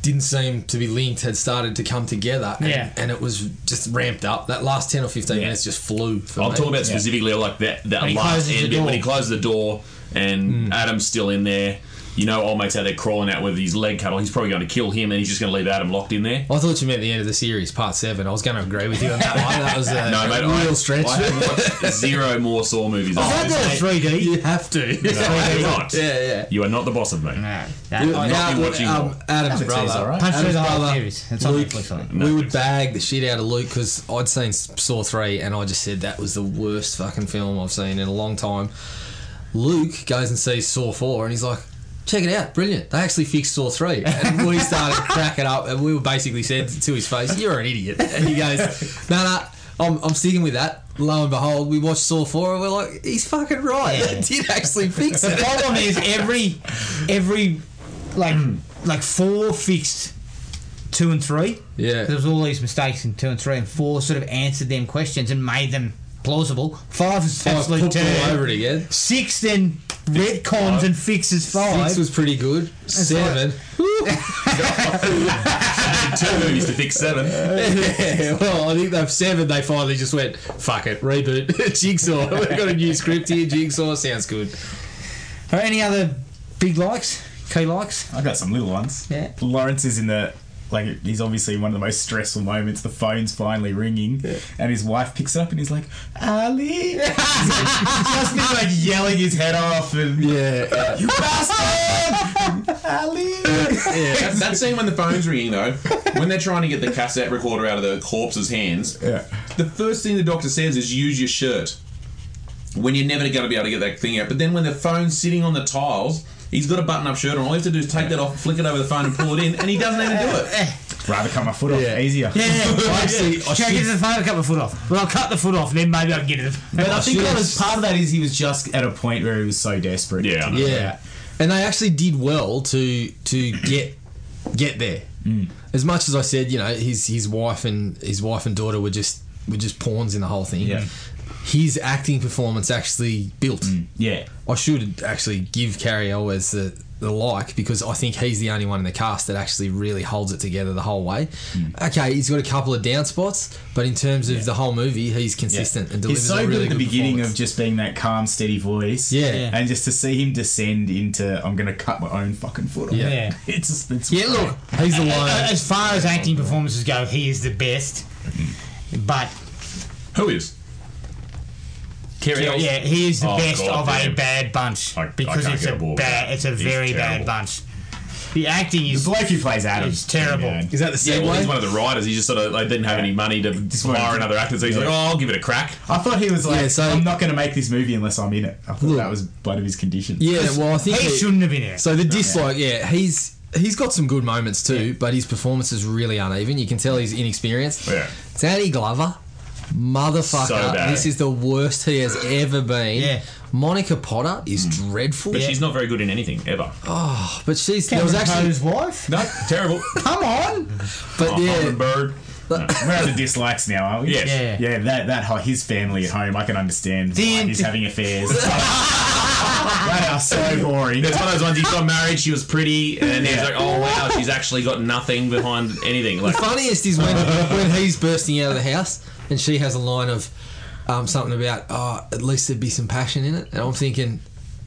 Speaker 3: didn't seem to be linked had started to come together. And,
Speaker 2: Yeah.
Speaker 3: and it was just ramped up. That last ten or fifteen minutes just flew. For
Speaker 4: I'm
Speaker 3: me.
Speaker 4: talking about specifically like that that
Speaker 2: When he
Speaker 4: last
Speaker 2: closes the
Speaker 4: end bit
Speaker 2: door. Hmm.
Speaker 4: when he closes the door and Adam's still in there. You know, old mate's out there crawling out with his leg cut off. He's probably going to kill him, and he's just going to leave Adam locked in there.
Speaker 3: I thought you meant the end of the series, part seven. I was going to agree with you on that one. That was a
Speaker 4: No, mate,
Speaker 3: real
Speaker 4: I,
Speaker 3: stretch.
Speaker 4: I have watched zero more Saw movies.
Speaker 2: I
Speaker 4: after
Speaker 2: had
Speaker 4: this,
Speaker 2: that
Speaker 4: mate.
Speaker 2: in 3D.
Speaker 3: you have to.
Speaker 4: No, I have not.
Speaker 3: Yeah, yeah.
Speaker 4: You are not the boss of me.
Speaker 2: No, uh, that,
Speaker 3: You-
Speaker 2: I-
Speaker 4: not
Speaker 3: now,
Speaker 4: be watching more.
Speaker 3: um, Adam's
Speaker 5: That's
Speaker 3: brother.
Speaker 5: all right.
Speaker 2: Punch through
Speaker 3: Adam's
Speaker 2: the whole
Speaker 3: brother,
Speaker 2: series. It's on
Speaker 3: Luke,
Speaker 2: Netflix, I think.
Speaker 3: We would bag the shit out of Luke because I'd seen Saw 3 and I just said that was the worst fucking film I've seen in a long time. Luke goes and sees Saw 4 and he's like, check it out, brilliant. They actually fixed Saw 3. And we started cracking up and we were basically said to his face, you're an idiot. And he goes, no, no, I'm, I'm sticking with that. Lo and behold, we watched Saw 4 and we're like, he's fucking right. They did actually fix
Speaker 2: the
Speaker 3: it.
Speaker 2: problem is every every like
Speaker 3: Hmm.
Speaker 2: like four fixed two and three.
Speaker 4: Uh,
Speaker 3: Yeah.
Speaker 2: There was all these mistakes in two and three and four sort of answered them questions and made them plausible. Five is
Speaker 3: I
Speaker 2: absolute
Speaker 3: pooped all over
Speaker 2: turd.
Speaker 3: it again.
Speaker 2: Six then retcons and fixes
Speaker 3: Oh,
Speaker 2: five.
Speaker 3: Six was pretty good. Seven.
Speaker 4: Two movies to fix seven.
Speaker 3: Yeah, well, I think they've seven. They finally just went, fuck it, reboot, Jigsaw. We've got a new script here. Jigsaw sounds good.
Speaker 2: Or any other big likes? Key likes?
Speaker 5: I got some little ones.
Speaker 2: Yeah.
Speaker 5: Lawrence is in the like he's obviously in one of the most stressful moments. The phone's finally ringing, and his wife picks it up, and he's like, "Ali," just been, like yelling his head off, and
Speaker 3: yeah,
Speaker 5: you bastard, Ali.
Speaker 6: yeah. That, that scene when the phone's ringing though, when they're trying to get the cassette recorder out of the corpse's hands,
Speaker 5: Yeah.
Speaker 6: the first thing the doctor says is use your shirt. When you're never going to be able to get that thing out, but then when the phone's sitting on the tiles, he's got a button-up shirt on. All you have to do is take that off, flick it over the phone, and pull it in, and he doesn't even do it.
Speaker 5: Rather cut my foot off, easier.
Speaker 2: Yeah, yeah, yeah.
Speaker 6: I actually- I
Speaker 2: Can I get
Speaker 6: should-
Speaker 2: to the phone? I'll cut my foot off. Well, I'll cut the foot off, then maybe I can get it.
Speaker 5: But I think that was part of that is he was just at a point where he was so desperate.
Speaker 4: Yeah, I know.
Speaker 3: Yeah, and they actually did well to to get get there. As much as I said, you know, his his wife and his wife and daughter were just were just pawns in the whole thing.
Speaker 5: Yeah.
Speaker 3: His acting performance actually built.
Speaker 5: Yeah.
Speaker 3: I should actually give Carrie Elwes the, the like because I think he's the only one in the cast that actually really holds it together the whole way.
Speaker 5: Hmm.
Speaker 3: Okay, he's got a couple of down spots, but in terms of the whole movie, he's consistent and delivers
Speaker 5: He's so
Speaker 3: a really
Speaker 5: good at the beginning
Speaker 3: performance.
Speaker 5: of just being that calm, steady voice.
Speaker 3: Yeah. Yeah.
Speaker 5: And just to see him descend into, I'm going to cut my own fucking foot off.
Speaker 3: Yeah.
Speaker 2: Yeah.
Speaker 5: It's just, it's
Speaker 2: Yeah, look.
Speaker 3: He's the
Speaker 2: a-
Speaker 3: one.
Speaker 4: uh,
Speaker 2: a- As far as acting performances go, he is the best. But
Speaker 4: Who is? Carrie Ells-
Speaker 2: yeah, he is the
Speaker 4: Oh,
Speaker 2: best
Speaker 4: God
Speaker 2: of
Speaker 4: damn.
Speaker 2: a bad bunch
Speaker 4: I- I
Speaker 2: because
Speaker 4: can't
Speaker 2: it's
Speaker 4: get
Speaker 2: a
Speaker 4: aboard with
Speaker 2: bad,
Speaker 4: that.
Speaker 2: it's a
Speaker 4: He's
Speaker 2: very
Speaker 4: terrible.
Speaker 2: bad bunch. The acting
Speaker 5: The
Speaker 2: is
Speaker 5: bloke who plays Adam.
Speaker 2: It's terrible.
Speaker 5: Yeah.
Speaker 3: Is that the
Speaker 4: Yeah,
Speaker 3: segue?
Speaker 4: well, he's one of the writers. He just sort of like didn't have any money to
Speaker 5: one-
Speaker 4: hire another actor, so he's like, "Oh, I'll give it a crack."
Speaker 5: I thought he was like,
Speaker 3: Yeah, so-
Speaker 5: I'm not going to make this movie unless I'm in it. I thought
Speaker 3: Look.
Speaker 5: that was one of his conditions.
Speaker 3: yeah, well, I
Speaker 2: He
Speaker 3: think it-
Speaker 2: shouldn't have been there.
Speaker 3: So the dislike, yeah, he's he's got some good moments too, but his performance is really uneven. You can tell he's inexperienced.
Speaker 4: Yeah.
Speaker 3: Danny Glover, motherfucker,
Speaker 4: So bad.
Speaker 3: this is the worst he has ever been.
Speaker 2: Yeah.
Speaker 3: Monica Potter is
Speaker 5: Hmm.
Speaker 3: dreadful.
Speaker 4: But she's not very good in anything ever.
Speaker 3: but she's
Speaker 2: Cameron
Speaker 3: there was actually,
Speaker 2: Crowe's wife.
Speaker 4: No, terrible.
Speaker 2: Come on. Oh,
Speaker 3: but yeah,
Speaker 4: Hummingbird.
Speaker 5: We're at the dislikes now, aren't we?
Speaker 4: Yes.
Speaker 2: Yeah.
Speaker 5: Yeah, that, that whole, his family at home, I can understand
Speaker 2: The
Speaker 5: why
Speaker 2: int-
Speaker 5: he's having affairs. they are so boring.
Speaker 4: It's one of those ones he got married, she was pretty, and he's
Speaker 5: Yeah.
Speaker 4: like, oh wow, she's actually got nothing behind anything. Like,
Speaker 3: funniest is when when he's bursting out of the house and she has a line of um, something about oh at least there'd be some passion in it, and I'm thinking.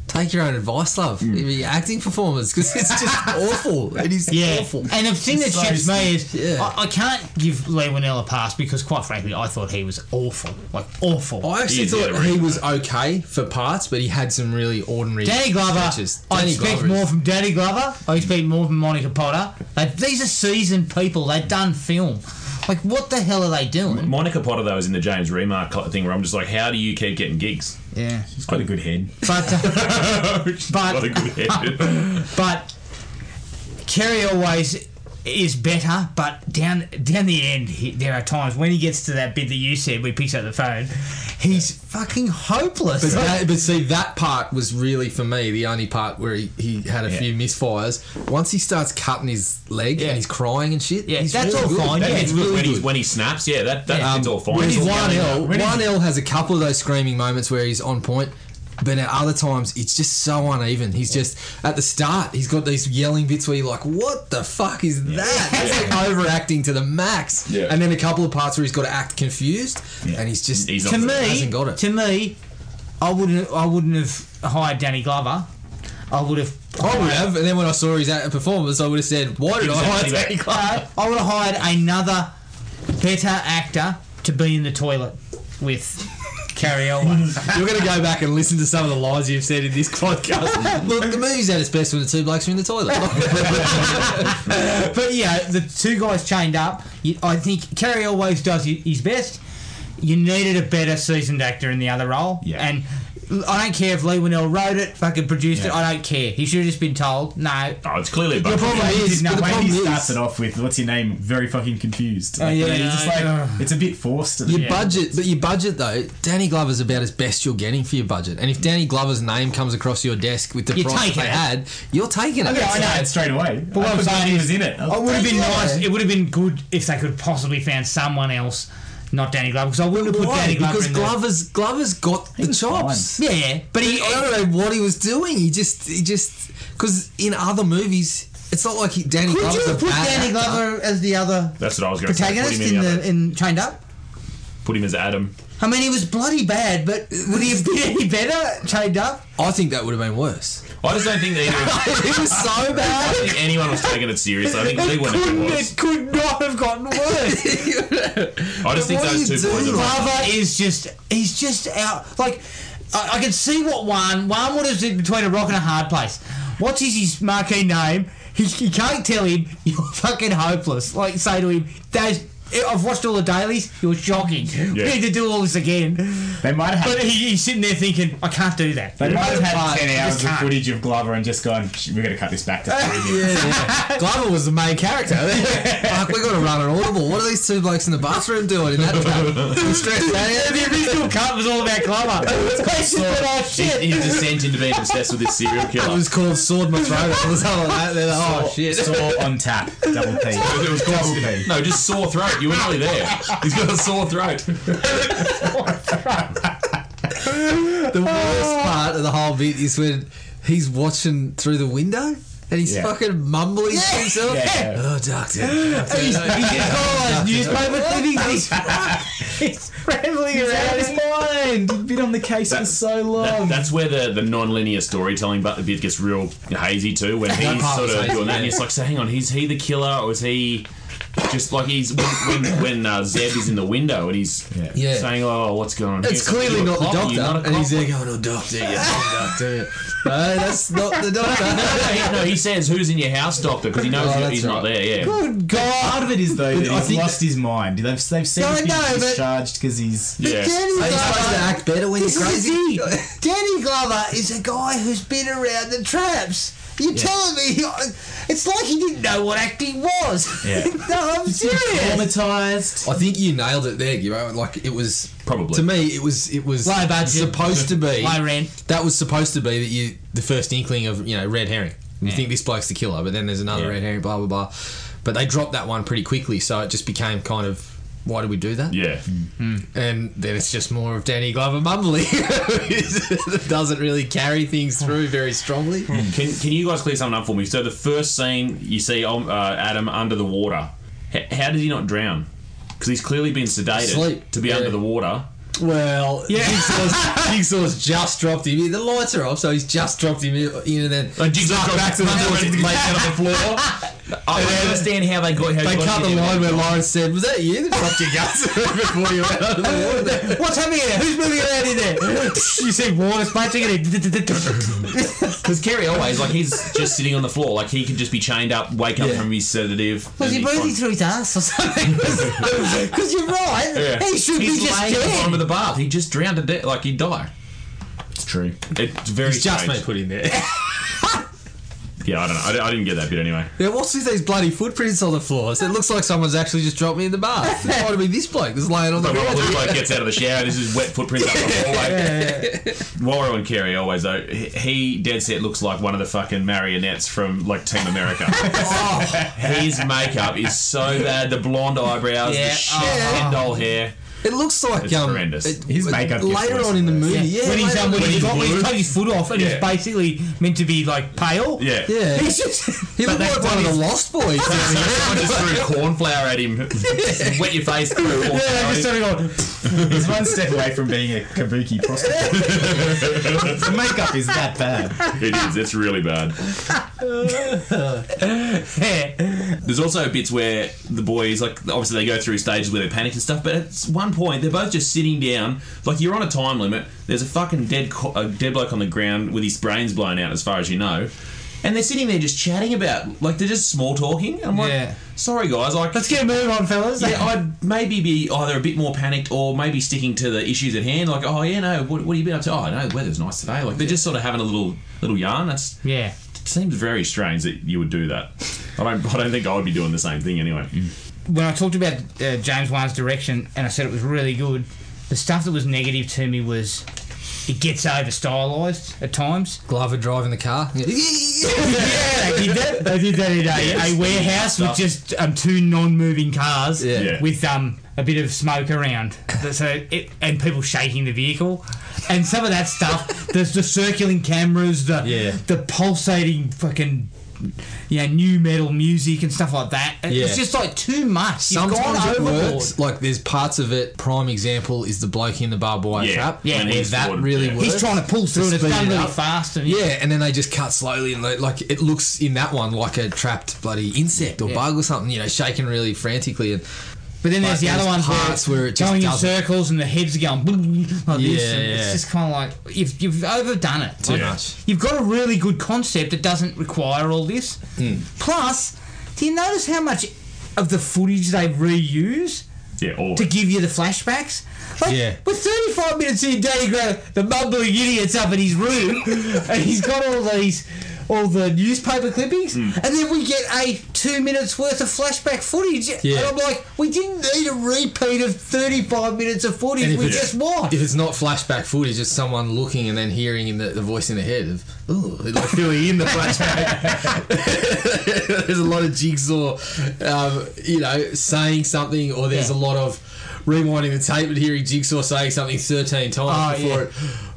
Speaker 3: Take your own advice, love.
Speaker 2: Hmm.
Speaker 3: Your acting performance, because it's just awful. It is
Speaker 2: Yeah.
Speaker 3: awful.
Speaker 2: And the thing that
Speaker 3: It's so
Speaker 2: shits me is
Speaker 3: Yeah.
Speaker 2: I, I can't give Lee Winnell a pass because, quite frankly, I thought he was awful. Like, awful.
Speaker 3: I actually
Speaker 4: He's the
Speaker 3: thought
Speaker 4: other
Speaker 3: he
Speaker 4: reason.
Speaker 3: was okay for parts, but he had some really ordinary.
Speaker 2: Danny Glover.
Speaker 3: touches.
Speaker 2: I
Speaker 3: Danny
Speaker 2: expect
Speaker 3: Glover is-
Speaker 2: more from Danny Glover. I expect more from Monica Potter. Like, these are seasoned people. They've done film. Like, what the hell are they doing?
Speaker 4: Monica Potter though is in the James Remark cl- thing where I'm just like, how do you keep getting gigs?
Speaker 2: Yeah.
Speaker 5: He's got a good head.
Speaker 2: But, uh,
Speaker 4: She's
Speaker 2: But-
Speaker 4: got a good head.
Speaker 2: but Kerry always is better. But down down the end, he, there are times when he gets to that bit that you said, where he picks up the phone, he's fucking hopeless.
Speaker 3: But, that, but see, that part was really for me the only part where he, he had a few misfires. Once he starts cutting his leg
Speaker 2: Yeah.
Speaker 3: and he's crying and shit,
Speaker 2: Yeah,
Speaker 3: he's
Speaker 2: that's
Speaker 3: really
Speaker 2: all
Speaker 3: good.
Speaker 2: fine,
Speaker 3: That
Speaker 2: yeah.
Speaker 3: bit's
Speaker 2: It's
Speaker 3: really
Speaker 4: when, he's,
Speaker 3: good.
Speaker 4: when he's snaps, yeah, that, that
Speaker 2: Um,
Speaker 4: it's all fine.
Speaker 3: Whereas
Speaker 4: It's all
Speaker 3: one
Speaker 4: fine.
Speaker 3: L,
Speaker 5: when he's-
Speaker 3: one L has a couple of those screaming moments where he's on point, but at other times it's just so uneven. He's just at the start, he's got these yelling bits where you're like, "What the fuck is that?" It's like overacting to the max.
Speaker 6: Yeah.
Speaker 3: And then a couple of parts where he's got to act confused, and he's just
Speaker 4: He's not
Speaker 2: to
Speaker 4: good.
Speaker 2: me,
Speaker 3: hasn't got it.
Speaker 2: to me, I wouldn't. I wouldn't have hired Danny Glover. I would have.
Speaker 3: I would have, and then when I saw his act- performance, I would have said, "Why did I hire
Speaker 4: Exactly.
Speaker 3: Danny Glover?"
Speaker 2: I, I would have hired another better actor to be in the toilet with Carrie Elwes.
Speaker 3: You're going to go back and listen to some of the lies you've said in this podcast. Look, the movie's at its best when the two blokes are in the toilet.
Speaker 2: but yeah, the two guys chained up. You, I think Carrie Elwes does hi- his best. You needed a better seasoned actor in the other role.
Speaker 5: Yeah.
Speaker 2: And l- I don't care if Lee Winnell wrote it, fucking produced it.
Speaker 5: Yeah.
Speaker 2: I don't care. He should have just been told, no.
Speaker 4: Oh, it's clearly a bunch
Speaker 3: problem is-
Speaker 5: now
Speaker 3: but the
Speaker 5: when he
Speaker 3: problem
Speaker 5: starts
Speaker 3: is-
Speaker 5: it off with what's your name, very fucking confused.
Speaker 2: yeah,
Speaker 5: you know, you're just like
Speaker 2: yeah.
Speaker 5: it's a bit forced. At the
Speaker 3: Your
Speaker 5: yeah.
Speaker 3: budget, but your budget though, Danny Glover's about as best you're getting for your budget. And if Danny Glover's name comes across your desk with the
Speaker 2: You're
Speaker 3: price
Speaker 2: taking
Speaker 3: they
Speaker 2: it.
Speaker 3: had, you're taking it.
Speaker 5: I know it straight away. But
Speaker 2: what I'm saying
Speaker 5: he
Speaker 2: is-
Speaker 5: was in it.
Speaker 2: I would have been
Speaker 3: Yeah.
Speaker 2: nice. It would have been good if they could possibly found someone else, not Danny Glover, because I wouldn't have put
Speaker 3: Why?
Speaker 2: Danny Glover
Speaker 3: Because
Speaker 2: in there.
Speaker 3: Glover's Glover's got the
Speaker 5: was
Speaker 3: chops.
Speaker 2: Yeah, yeah, but he.
Speaker 3: I don't know what he was doing. He just he just because in other movies, it's not like he, Danny
Speaker 2: Could
Speaker 3: Glover's
Speaker 2: you
Speaker 3: a
Speaker 2: put
Speaker 3: bad
Speaker 2: Danny
Speaker 3: actor.
Speaker 2: Glover as the other
Speaker 4: That's what I was going to say. Put
Speaker 2: protagonist in
Speaker 4: him in, the
Speaker 2: the
Speaker 4: other-
Speaker 2: in Chained Up?
Speaker 4: put him as Adam.
Speaker 2: I mean, he was bloody bad, but would he have been any better chained up?
Speaker 3: I think that would have been worse.
Speaker 4: I just don't think they.
Speaker 2: it was so
Speaker 4: I
Speaker 2: bad.
Speaker 4: don't think anyone was taking it seriously. I think
Speaker 2: It
Speaker 4: anyone
Speaker 2: couldn't,
Speaker 4: was.
Speaker 2: it could not have gotten worse.
Speaker 4: I just think
Speaker 2: What
Speaker 4: those
Speaker 2: do
Speaker 4: two
Speaker 2: you
Speaker 4: boys
Speaker 2: do?
Speaker 4: are.
Speaker 2: Lava is just he's just out like I, I can see what one one would have said between a rock and a hard place. What's his, his marquee name? He, he can't tell him you're fucking hopeless. Like say to him, Daz, I've watched all the dailies. You're shocking. We
Speaker 5: Yeah.
Speaker 2: need to do all this again.
Speaker 5: They might have.
Speaker 2: But he, he's sitting there thinking, I can't do that.
Speaker 5: They might have had
Speaker 2: But I
Speaker 5: 10 hours
Speaker 2: just
Speaker 5: of
Speaker 2: can't.
Speaker 5: footage of Glover and just gone, "Shh, we're going to cut this back to three minutes.
Speaker 3: Glover was the main character. Fuck, we got to run an audible. What are these two blokes in the bathroom doing in that tub? We stressed eh? that out.
Speaker 2: The original cut was all about Glover. It's just that, oh, shit.
Speaker 4: He, he just sent into being obsessed with this serial
Speaker 3: It
Speaker 4: killer.
Speaker 3: was called Sword My Throat. It was all that. They're like, oh, shit.
Speaker 5: Saw on tap, double P.
Speaker 4: It was
Speaker 5: double
Speaker 4: called-
Speaker 5: P.
Speaker 4: no, just sore throat. You were nearly there. He's got a sore throat.
Speaker 3: The worst part of the whole bit is when he's watching through the window and he's
Speaker 5: Yeah.
Speaker 3: fucking mumbling to himself.
Speaker 5: Yeah.
Speaker 3: Oh, doctor. doctor.
Speaker 2: He's, he's
Speaker 3: Yeah.
Speaker 2: got all those newspaper clippings. He's, he's rambling around.
Speaker 5: His mind. He's been on the case for so long.
Speaker 4: That, that's where the, the non-linear storytelling but the bit gets real hazy too when he's
Speaker 3: part
Speaker 4: sort
Speaker 3: was
Speaker 4: of
Speaker 3: hazy,
Speaker 4: doing that and
Speaker 3: yeah.
Speaker 4: it's like so hang on is he the killer or is he just like he's when when, when uh, Zeb is in the window and he's
Speaker 5: Yeah.
Speaker 3: Yeah.
Speaker 4: saying oh what's going on
Speaker 3: It's
Speaker 4: here?" like,
Speaker 3: clearly
Speaker 4: "You're
Speaker 3: not
Speaker 4: a
Speaker 3: the
Speaker 4: cop,
Speaker 3: doctor.
Speaker 4: you're not a
Speaker 3: and
Speaker 4: cop."
Speaker 3: he's there going, oh, doctor, yeah, doctor. No, that's not the doctor.
Speaker 4: no, he, no, he says who's in your house doctor because he knows
Speaker 3: Oh,
Speaker 4: that
Speaker 3: that's
Speaker 4: he's not
Speaker 3: right.
Speaker 4: there yeah
Speaker 2: Good
Speaker 5: Part
Speaker 2: God.
Speaker 5: of it is though that
Speaker 3: I
Speaker 5: he's
Speaker 3: think-
Speaker 5: lost his mind. They've, they've seen
Speaker 2: No,
Speaker 5: he's
Speaker 2: no,
Speaker 5: been
Speaker 2: but-
Speaker 5: discharged because he's.
Speaker 4: yeah
Speaker 2: Danny
Speaker 3: Are you supposed to
Speaker 2: Glover.
Speaker 3: act better when you're
Speaker 2: This is
Speaker 3: crazy?
Speaker 2: it. Danny Glover is a guy who's been around the traps. You're telling me he- it's like he didn't know what acting was.
Speaker 5: Yeah.
Speaker 2: no, I'm serious.
Speaker 5: Traumatized.
Speaker 3: I think you nailed it there, Gibbo. Like it was
Speaker 4: Probably.
Speaker 3: to me. It was it was
Speaker 2: Low budget.
Speaker 3: supposed to be
Speaker 2: Low rent.
Speaker 3: That was supposed to be that you the first inkling of you know red herring. You think this bloke's the killer, but then there's another
Speaker 4: Yeah.
Speaker 3: red herring. Blah blah blah. But they dropped that one pretty quickly, so it just became kind of why do we do that?
Speaker 4: yeah
Speaker 3: And then it's just more of Danny Glover mumbling. Doesn't really carry things through very strongly.
Speaker 4: Can, can you guys clear something up for me? So the first scene you see um, uh, Adam under the water. H- how does he not drown? Because he's clearly been sedated
Speaker 3: Sleep.
Speaker 4: to be
Speaker 3: Yeah.
Speaker 4: under the water.
Speaker 3: Well, Jigsaw's, Jigsaw's just dropped him in. The lights are off, so he's just dropped him in, and then
Speaker 4: Like Jigsaw's got
Speaker 3: back to the
Speaker 4: runs
Speaker 3: door,
Speaker 4: already
Speaker 3: laid down on the floor.
Speaker 4: I don't understand how they got. How
Speaker 3: They
Speaker 4: got
Speaker 3: cut
Speaker 4: him
Speaker 3: the
Speaker 4: in.
Speaker 3: line where Lawrence said, "Was that you that dropped your guts before you went out of the water?"
Speaker 2: What's happening here? Who's moving around in there? you see water splashing in it.
Speaker 4: Because Kerry always like he's just sitting on the floor, like he could just be chained up, wake up
Speaker 3: Yeah.
Speaker 4: from his sedative.
Speaker 2: Was he
Speaker 4: and he's
Speaker 2: breathing
Speaker 4: fine.
Speaker 2: through his ass or something? Because you're right.
Speaker 4: Yeah.
Speaker 2: He should
Speaker 4: he's
Speaker 2: be just
Speaker 4: laying at the bottom of
Speaker 2: dead.
Speaker 4: the bath. He just drowned to death, like he'd die.
Speaker 5: It's true.
Speaker 4: It's very
Speaker 3: It's just
Speaker 4: strange.
Speaker 3: been put in there.
Speaker 4: Yeah, I don't know. I, di- I didn't get that bit anyway.
Speaker 3: Now, what's with these bloody footprints on the floor? So it looks like someone's actually just dropped me in the bath. It might have been this bloke that's laying on the
Speaker 4: But Robert
Speaker 3: floor.
Speaker 4: looks like gets out of the shower. This is wet footprints up the hallway. While we're on Kerry, always though, he- he dead set looks like one of the fucking marionettes from like Team America.
Speaker 5: Oh.
Speaker 4: His makeup is so bad. The blonde eyebrows,
Speaker 2: Yeah,
Speaker 4: the shit,
Speaker 2: oh.
Speaker 4: and doll hair.
Speaker 3: It looks like
Speaker 4: It's
Speaker 3: um,
Speaker 4: horrendous.
Speaker 3: it-
Speaker 5: His makeup gets
Speaker 3: later
Speaker 5: worse
Speaker 3: on in the
Speaker 5: and
Speaker 3: movie.
Speaker 5: worse.
Speaker 3: Yeah,
Speaker 2: when he's
Speaker 3: later
Speaker 2: um,
Speaker 3: on
Speaker 2: when
Speaker 3: in
Speaker 2: he's
Speaker 3: the
Speaker 2: got when
Speaker 3: movie.
Speaker 2: he's cut his foot off and
Speaker 4: Yeah.
Speaker 2: he's basically meant to be like pale.
Speaker 4: Yeah.
Speaker 3: yeah,
Speaker 2: He's just
Speaker 3: he looked like one of the Lost Boys.
Speaker 4: I just threw cornflour at him. Just Wet your face. Through
Speaker 2: yeah,
Speaker 4: cornflour at
Speaker 2: just
Speaker 4: him.
Speaker 2: started going.
Speaker 5: He's one step away from being a kabuki prostitute. the makeup is that bad.
Speaker 4: It is. It's really bad.
Speaker 2: Yeah.
Speaker 4: There's also bits where the boys, like, obviously they go through stages where they're panicked and stuff, but at one point they're both just sitting down. Like, you're on a time limit. There's a fucking dead, co- a dead bloke on the ground with his brains blown out, as far as you know. And they're sitting there just chatting about, like, they're just small talking. I'm like,
Speaker 2: Yeah.
Speaker 4: sorry guys, like,
Speaker 2: Let's get a move on, fellas.
Speaker 4: yeah, I'd maybe be either a bit more panicked or maybe sticking to the issues at hand. Like, oh yeah, no, what, what have you been up to? Oh no, the weather's nice today. Like, they're just sort of having a little little yarn. That's
Speaker 2: yeah.
Speaker 4: it seems very strange that you would do that. I don't, I don't think I would be doing the same thing anyway.
Speaker 2: When I talked about uh, James Wan's direction and I said it was really good, the stuff that was negative to me was it gets over stylized at times.
Speaker 3: Glover driving the car.
Speaker 2: yeah, they did that. They did that in a,
Speaker 4: Yes.
Speaker 2: a warehouse with
Speaker 4: Stuff.
Speaker 2: just um, two non-moving cars
Speaker 3: Yeah.
Speaker 4: Yeah.
Speaker 2: with um, a bit of smoke around, Th- so it, and people shaking the vehicle, and some of that stuff. There's the circling cameras, the
Speaker 3: Yeah.
Speaker 2: the pulsating fucking you know, new metal music and stuff like that. It's
Speaker 3: Yeah.
Speaker 2: just like too much. You've
Speaker 3: Sometimes
Speaker 2: gone
Speaker 3: it
Speaker 2: overboard.
Speaker 3: works. Like there's parts of it. Prime example is the bloke in the barbed wire
Speaker 2: Yeah,
Speaker 3: trap.
Speaker 2: yeah.
Speaker 3: where
Speaker 2: He's
Speaker 3: that
Speaker 2: forward,
Speaker 3: really
Speaker 2: yeah.
Speaker 3: works.
Speaker 2: He's trying to pull through and it's
Speaker 3: speed
Speaker 2: done
Speaker 3: it
Speaker 2: really
Speaker 3: up.
Speaker 2: fast and-
Speaker 3: yeah, and then they just cut slowly and they, like it looks in that one like a trapped bloody insect or
Speaker 2: Yeah.
Speaker 3: bug or something. You know, shaking really frantically. And
Speaker 2: But then there's
Speaker 3: but
Speaker 2: the other ones
Speaker 3: parts where, it just
Speaker 2: going in
Speaker 3: doesn't.
Speaker 2: circles and the heads are going like
Speaker 3: Yeah,
Speaker 2: this. And
Speaker 3: yeah.
Speaker 2: It's just kind of like you've, you've overdone it.
Speaker 3: Too
Speaker 2: Like,
Speaker 3: much.
Speaker 2: You've got a really good concept that doesn't require all this.
Speaker 3: Hmm.
Speaker 2: Plus, do you notice how much of the footage they reuse?
Speaker 4: Yeah, all
Speaker 2: to give you the flashbacks. Like,
Speaker 4: Yeah.
Speaker 2: We're 35 minutes in, Danny Gray, the mumbling idiot's up in his room, and he's got all these, all the newspaper clippings, and then we get a two minutes worth of flashback footage,
Speaker 3: Yeah.
Speaker 2: and I'm like, we didn't need a repeat of 35 minutes of
Speaker 3: And
Speaker 2: footage.
Speaker 3: if
Speaker 2: We
Speaker 3: it's-
Speaker 2: just watched.
Speaker 3: If it's not flashback footage, it's someone looking and then hearing in the, the voice in the head of, ooh, like filling in the flashback. there's a lot of jigsaw, um, you know, saying something, or there's a lot of rewinding the tape and hearing jigsaw saying something 13 times
Speaker 2: Oh,
Speaker 3: before
Speaker 2: yeah.
Speaker 3: it,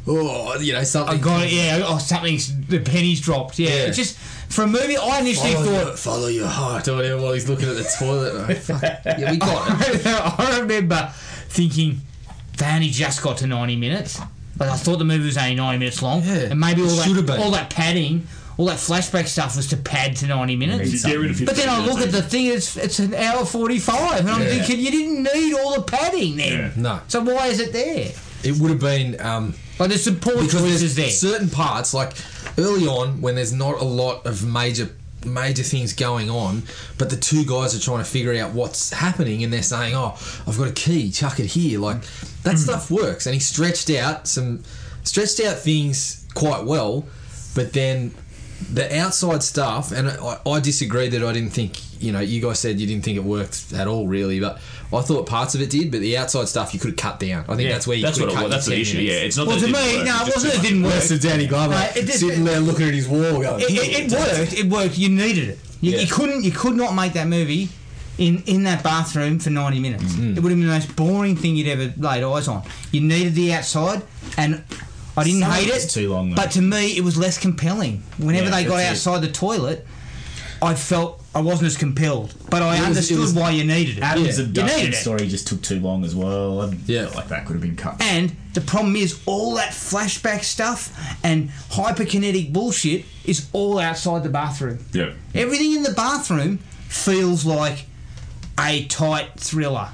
Speaker 3: oh, you know, something.
Speaker 2: I got it, yeah. Oh, something's the pennies dropped. Yeah,
Speaker 3: Yeah.
Speaker 2: It's just for a movie. I initially
Speaker 3: Follow
Speaker 2: thought
Speaker 3: your, follow your heart or whatever while he's looking at the toilet. Right? Fuck. Yeah, we got it.
Speaker 2: I remember thinking they only just got to 90 minutes. Like I thought the movie was only 90 minutes long, and maybe all
Speaker 3: it should've
Speaker 2: that
Speaker 3: been.
Speaker 2: all that padding, all that flashback stuff was to pad to 90
Speaker 3: You
Speaker 2: minutes.
Speaker 3: get rid of
Speaker 2: but then I
Speaker 3: 15
Speaker 2: look at the thing; it's it's an hour 45, and I'm
Speaker 3: Yeah.
Speaker 2: thinking you didn't need all the padding then.
Speaker 3: No.
Speaker 2: So why is it there?
Speaker 3: It would have been. Um,
Speaker 2: like there's some poor choices there.
Speaker 3: Certain parts, like early on, when there's not a lot of major major things going on, but the two guys are trying to figure out what's happening, and they're saying, "Oh, I've got a key, chuck it here." Like
Speaker 4: Hmm.
Speaker 3: that stuff works, and he stretched out some stretched out things quite well, but then the outside stuff, and I, I disagree that I didn't think, you know, you guys said you didn't think it worked at all, really, but I thought parts of it did, but the outside stuff you could have cut down. I think
Speaker 4: Yeah,
Speaker 3: that's where you
Speaker 4: that's
Speaker 3: could
Speaker 4: what it
Speaker 3: cut
Speaker 4: was.
Speaker 3: your
Speaker 4: That's the
Speaker 3: 10
Speaker 4: issue,
Speaker 3: minutes.
Speaker 4: yeah. It's not
Speaker 2: Well,
Speaker 4: that
Speaker 2: to
Speaker 4: it
Speaker 2: me,
Speaker 4: didn't work,
Speaker 2: no,
Speaker 4: it's
Speaker 2: it
Speaker 4: just
Speaker 2: wasn't.
Speaker 4: too
Speaker 2: It
Speaker 4: much.
Speaker 2: didn't work.
Speaker 4: That's the Danny Glover
Speaker 2: Uh, it did-
Speaker 4: sitting
Speaker 3: there looking at his wall. Going,
Speaker 2: it, it, it worked. It worked. You needed it. You, you couldn't. You could not make that movie in in that bathroom for ninety minutes.
Speaker 5: Mm-hmm.
Speaker 2: It would have been the most boring thing you'd ever laid eyes on. You needed the outside, and I didn't
Speaker 5: Some of
Speaker 2: hate
Speaker 5: it's
Speaker 2: it.
Speaker 5: too long, though.
Speaker 2: But to me, it was less compelling. Whenever
Speaker 5: Yeah,
Speaker 2: they got
Speaker 5: that's it.
Speaker 2: outside the toilet, I felt I wasn't as compelled. But I
Speaker 5: It was- it
Speaker 2: understood
Speaker 5: was-
Speaker 2: why you needed it.
Speaker 5: Adam's
Speaker 2: you
Speaker 5: abduction
Speaker 2: needed it.
Speaker 5: story just took too long as well. I yeah, like that could have been cut.
Speaker 2: And the problem is, all that flashback stuff and hyperkinetic bullshit is all outside the bathroom.
Speaker 4: Yeah.
Speaker 2: Everything in the bathroom feels like a tight thriller.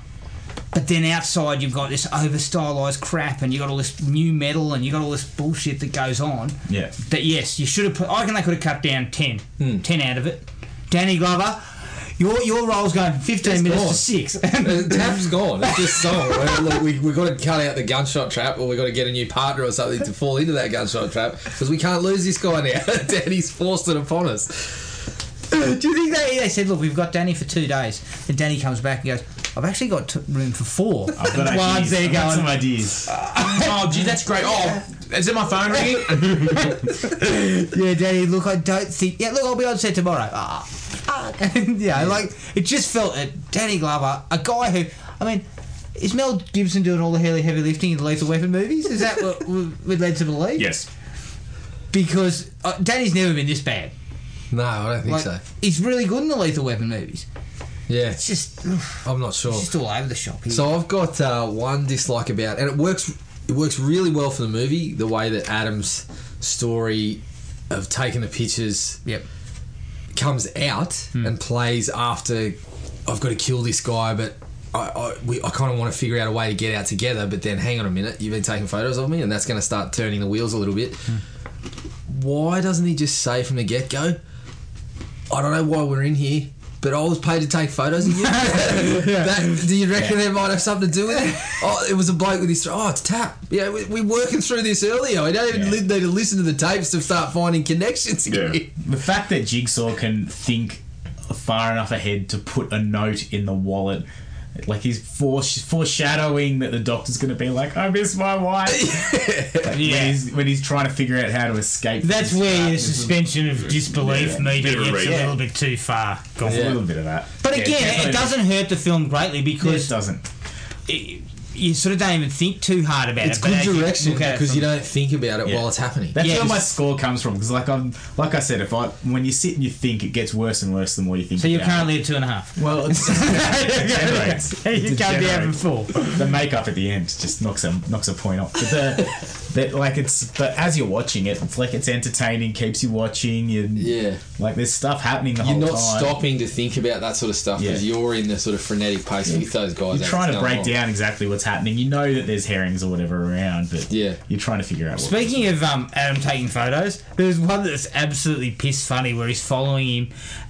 Speaker 2: But then outside, you've got this over stylized crap, and you've got all this new metal, and you've got all this bullshit that goes on.
Speaker 5: Yeah. Hmm.
Speaker 2: That, yes, you should have put. I reckon they could have cut down 10. 10 out of it. Danny Glover, your, your role's going 15 minutes to 6.
Speaker 3: The tap's gone. It's just song. Right? Look, we we got to cut out the gunshot trap, or we got to get a new partner or something to fall into that gunshot trap because we can't lose this guy now. Danny's forced it upon us.
Speaker 2: Do you think they, they said, look, we've got Danny for two days, and Danny comes back and goes, I've actually got t- room for 4
Speaker 5: I've got
Speaker 2: and Juan's
Speaker 5: ideas.
Speaker 2: there
Speaker 5: I've got
Speaker 2: going,
Speaker 5: some ideas.
Speaker 2: oh,
Speaker 4: gee, that's great. Oh, is it my phone
Speaker 2: ringing? yeah, Danny. Look, I don't think. Yeah, look, I'll be on set tomorrow. Ah, fuck. yeah, like it just felt uh, Danny Glover, a guy who, I mean. Is Mel Gibson doing all the heavy, heavy lifting in the Lethal Weapon movies? Is that what we- we're led to believe?
Speaker 4: Yes.
Speaker 2: Because uh, Danny's never been this bad.
Speaker 3: No, I don't think so.
Speaker 2: He's really good in the Lethal Weapon movies.
Speaker 3: Yeah,
Speaker 2: it's just.
Speaker 3: I'm not sure.
Speaker 2: It's just all over the shop. Here.
Speaker 3: Oh. So I've got uh, one dislike about, and it works. It works really well for the movie. The way that Adam's story of taking the pictures
Speaker 2: yep.
Speaker 3: comes out and plays after. I've got to kill this guy, but I I, we, I kind of want to figure out a way to get out together. But then, hang on a minute, you've been taking photos of me, and that's going to start turning the wheels a little bit. Why doesn't he just say from the get go? I don't know why we're in here. But I was paid to take photos of you. That- do you reckon that might have something to do with it? Oh, it was a bloke with his. Oh, it's tap. Yeah, we, we're working through this earlier. I don't even need to listen to the tapes to start finding connections again.
Speaker 5: The fact that Jigsaw can think far enough ahead to put a note in the wallet. Like he's foresh- foreshadowing that the doctor's going to be like, "I miss my wife." Like, when, he's, when he's trying to figure out how to escape.
Speaker 2: That's
Speaker 5: this
Speaker 2: where your
Speaker 5: darkness and-
Speaker 2: suspension of disbelief
Speaker 5: Yeah.
Speaker 2: maybe
Speaker 5: Bit of a
Speaker 2: gets a
Speaker 5: reach.
Speaker 2: little bit too far.
Speaker 5: Got a little bit of that.
Speaker 2: But
Speaker 5: Yeah,
Speaker 2: again,
Speaker 5: definitely.
Speaker 2: it doesn't hurt the film greatly because
Speaker 5: it doesn't.
Speaker 2: you sort of don't even think too hard about
Speaker 3: it's
Speaker 2: it.
Speaker 3: good
Speaker 2: but as you
Speaker 3: direction
Speaker 2: look at it
Speaker 3: because you
Speaker 2: from-
Speaker 3: don't think about it
Speaker 5: Yeah.
Speaker 3: while it's happening.
Speaker 5: That's where my score comes from because, like I'm, like I said, if I when you sit and you think, it gets worse and worse the more you think.
Speaker 2: So you're
Speaker 5: about it.
Speaker 2: currently at two and a half.
Speaker 5: Well, it's, it degenerates.
Speaker 2: You
Speaker 5: It
Speaker 2: can't be having
Speaker 5: degenerates.
Speaker 2: four.
Speaker 5: The makeup at the end just knocks a knocks a point off. But the, that like it's but as you're watching it, it's like it's entertaining, keeps you watching. You,
Speaker 3: Yeah.
Speaker 5: like there's stuff happening the
Speaker 3: You're
Speaker 5: whole
Speaker 3: not
Speaker 5: time.
Speaker 3: stopping to think about that sort of stuff because
Speaker 5: Yeah.
Speaker 3: you're in the sort of frenetic pace with those guys.
Speaker 5: You're
Speaker 3: as
Speaker 5: trying
Speaker 3: it's
Speaker 5: to
Speaker 3: going
Speaker 5: break
Speaker 3: on.
Speaker 5: down exactly what's happening. You know that there's herrings or whatever around, but
Speaker 3: Yeah.
Speaker 5: you're trying to figure out. What,
Speaker 2: Speaking of um, Adam taking photos, there's one that's absolutely piss funny where he's following him,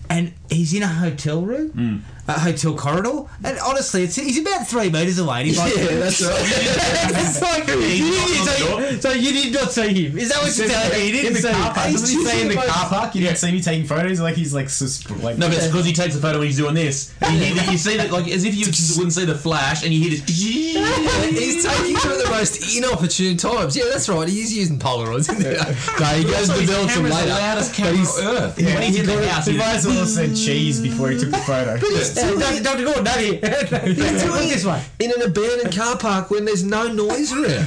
Speaker 2: and he's in a hotel room, a hotel corridor, and honestly, it's he's about three meters away. And he's like,
Speaker 3: Yeah, that's right.
Speaker 2: it's like, you didn't- so, so you did not see him. Is that what you're telling me? You
Speaker 5: in
Speaker 2: didn't
Speaker 5: the
Speaker 2: see
Speaker 5: car
Speaker 2: him.
Speaker 5: park. Doesn't he
Speaker 2: He's
Speaker 5: say in the
Speaker 2: choosing
Speaker 5: car park? You don't see me taking photos. Like he's like susp- like
Speaker 4: No, but it's because he takes a photo when he's doing this. And you, you see that, like, as if you wouldn't see the flash, and you hear this.
Speaker 3: He's taking them at the most inopportune times. Yeah, that's right. He's using Polaroids. Isn't he? no, he goes to develop them
Speaker 4: camera's
Speaker 3: later.
Speaker 4: the loudest camera
Speaker 3: But he's-
Speaker 4: on earth.
Speaker 5: Yeah,
Speaker 4: When he's in the house,
Speaker 5: he
Speaker 4: he
Speaker 5: might as well have said cheese before he took the photo.
Speaker 2: Dr. Dr. Gordon, over here. Look this way.
Speaker 3: in an abandoned car park when there's no noise around.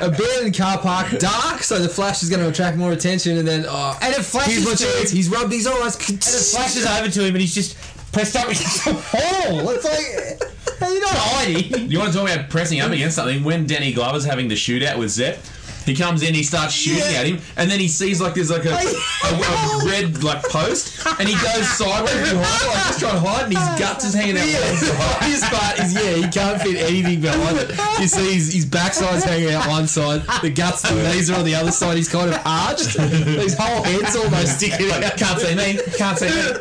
Speaker 3: abandoned car park, dark, so the flash is going to attract more attention, and then oh,
Speaker 2: And it flashes
Speaker 3: here's my
Speaker 2: to-
Speaker 3: chance. He's rubbed his eyes.
Speaker 2: And it flashes over to him, and he's just pressed up against the wall. It's like, you're not hiding.
Speaker 4: You want to talk about pressing up against something? When Danny Glover's having the shootout with Zep, he comes in, he starts shooting
Speaker 2: Yeah.
Speaker 4: at him, and then he sees like there's like a, a, a red like post, and he goes sideways behind, it, like just trying to hide, and his guts is hanging out.
Speaker 3: Yeah. His part is yeah, he can't fit anything behind it. You see, his, his backside's hanging out one side, the guts, the knees are on the other side. He's kind of arched. His whole head's almost sticking out.
Speaker 4: Can't see me. Can't see me.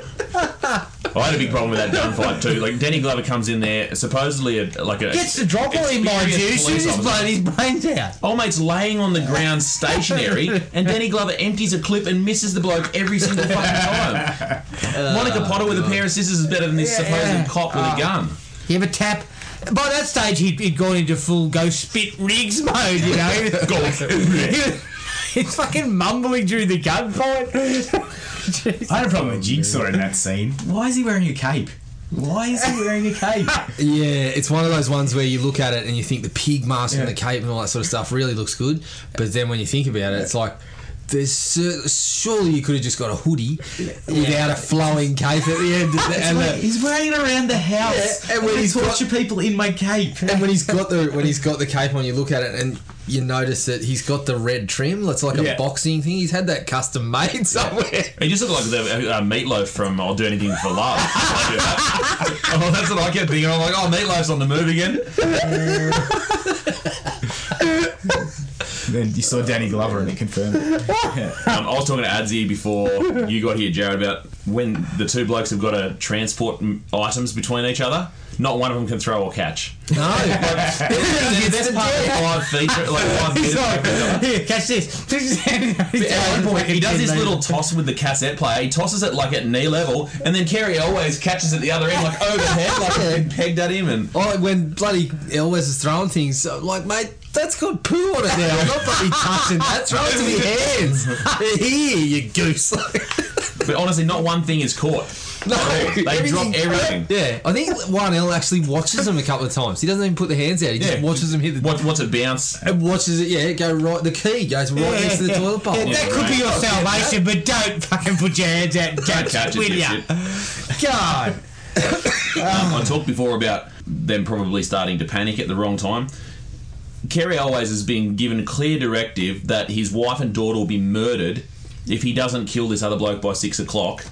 Speaker 4: Oh, I had a big problem with that gunfight too. Like Danny Glover comes in there, supposedly a, like a
Speaker 2: Gets the drop on him, mind you.
Speaker 4: experienced
Speaker 2: Soon as
Speaker 4: police
Speaker 2: he's
Speaker 4: officer.
Speaker 2: blown his brains out.
Speaker 4: Old mate's laying on the ground stationary, and Danny Glover empties a clip and misses the bloke every single fucking time. Monica Potter with a pair of scissors is better than this
Speaker 2: Oh, Yeah,
Speaker 4: supposed
Speaker 2: yeah. Oh.
Speaker 4: cop with a gun.
Speaker 2: You have a tap. By that stage, he'd, he'd gone into full go spit rigs mode, you know. He was- he was- He's fucking mumbling during the gunfight.
Speaker 5: I had a problem with Jigsaw in that scene. Why is he wearing a cape? Why is he wearing a cape?
Speaker 3: Yeah, it's one of those ones where you look at it and you think the pig mask and the
Speaker 5: Yeah.
Speaker 3: cape and all that sort of stuff really looks good, but then when you think about it, it's like. There's sur- surely you could have just got a hoodie without a flowing cape at the end, and, the,
Speaker 5: he's wearing it around the house.
Speaker 3: Yeah, and when
Speaker 5: I
Speaker 3: he's
Speaker 5: torture people in my cape.
Speaker 3: and when he's got the when he's got the cape on, you look at it and you notice that he's got the red trim. It's like
Speaker 5: Yeah.
Speaker 3: a boxing thing. He's had that custom made somewhere.
Speaker 4: He just looked like the uh, meatloaf from "I'll Do Anything for Love." oh, that's what I kept thinking. I'm like, oh, meatloaf's on the move again.
Speaker 5: Then you saw Danny Glover and it confirmed it.
Speaker 4: Um, I was talking to Adzi before you got here, Jared, about when the two blokes have got to transport m- items between each other. Not one of them can throw or catch.
Speaker 3: No,
Speaker 4: That's part of five feature, like five
Speaker 2: He's
Speaker 4: minutes.
Speaker 2: like, here, catch this.
Speaker 4: At one point, he does
Speaker 2: his
Speaker 4: this little toss with the cassette player. He tosses it like at knee level, and then Kerry always catches at the other end, like overhead, like it's been pegged at him. And
Speaker 3: or like when Oh, bloody Elwes is throwing things, I'm like mate, that's got poo on it now. I'm not bloody touching that. Throw it to me hands. Here, you goose.
Speaker 4: but honestly, not one thing is caught.
Speaker 3: no,
Speaker 4: They drop everything.
Speaker 3: Yeah, I think one L actually watches them a couple of times. He doesn't even put the hands out. He just
Speaker 4: Yeah.
Speaker 3: watches them hit the.
Speaker 4: What, what's a bounce?
Speaker 3: And watches it, yeah, go right. The key goes right next to the toilet bowl.
Speaker 2: that could be your salvation, but don't fucking put your hands out and
Speaker 4: Don't
Speaker 2: catch, it,
Speaker 4: catch it,
Speaker 2: will ya?
Speaker 4: dipshit.
Speaker 2: God.
Speaker 4: Um, I talked before about them probably starting to panic at the wrong time. Kerry always has been given clear directive that his wife and daughter will be murdered if he doesn't kill this other bloke by six o'clock.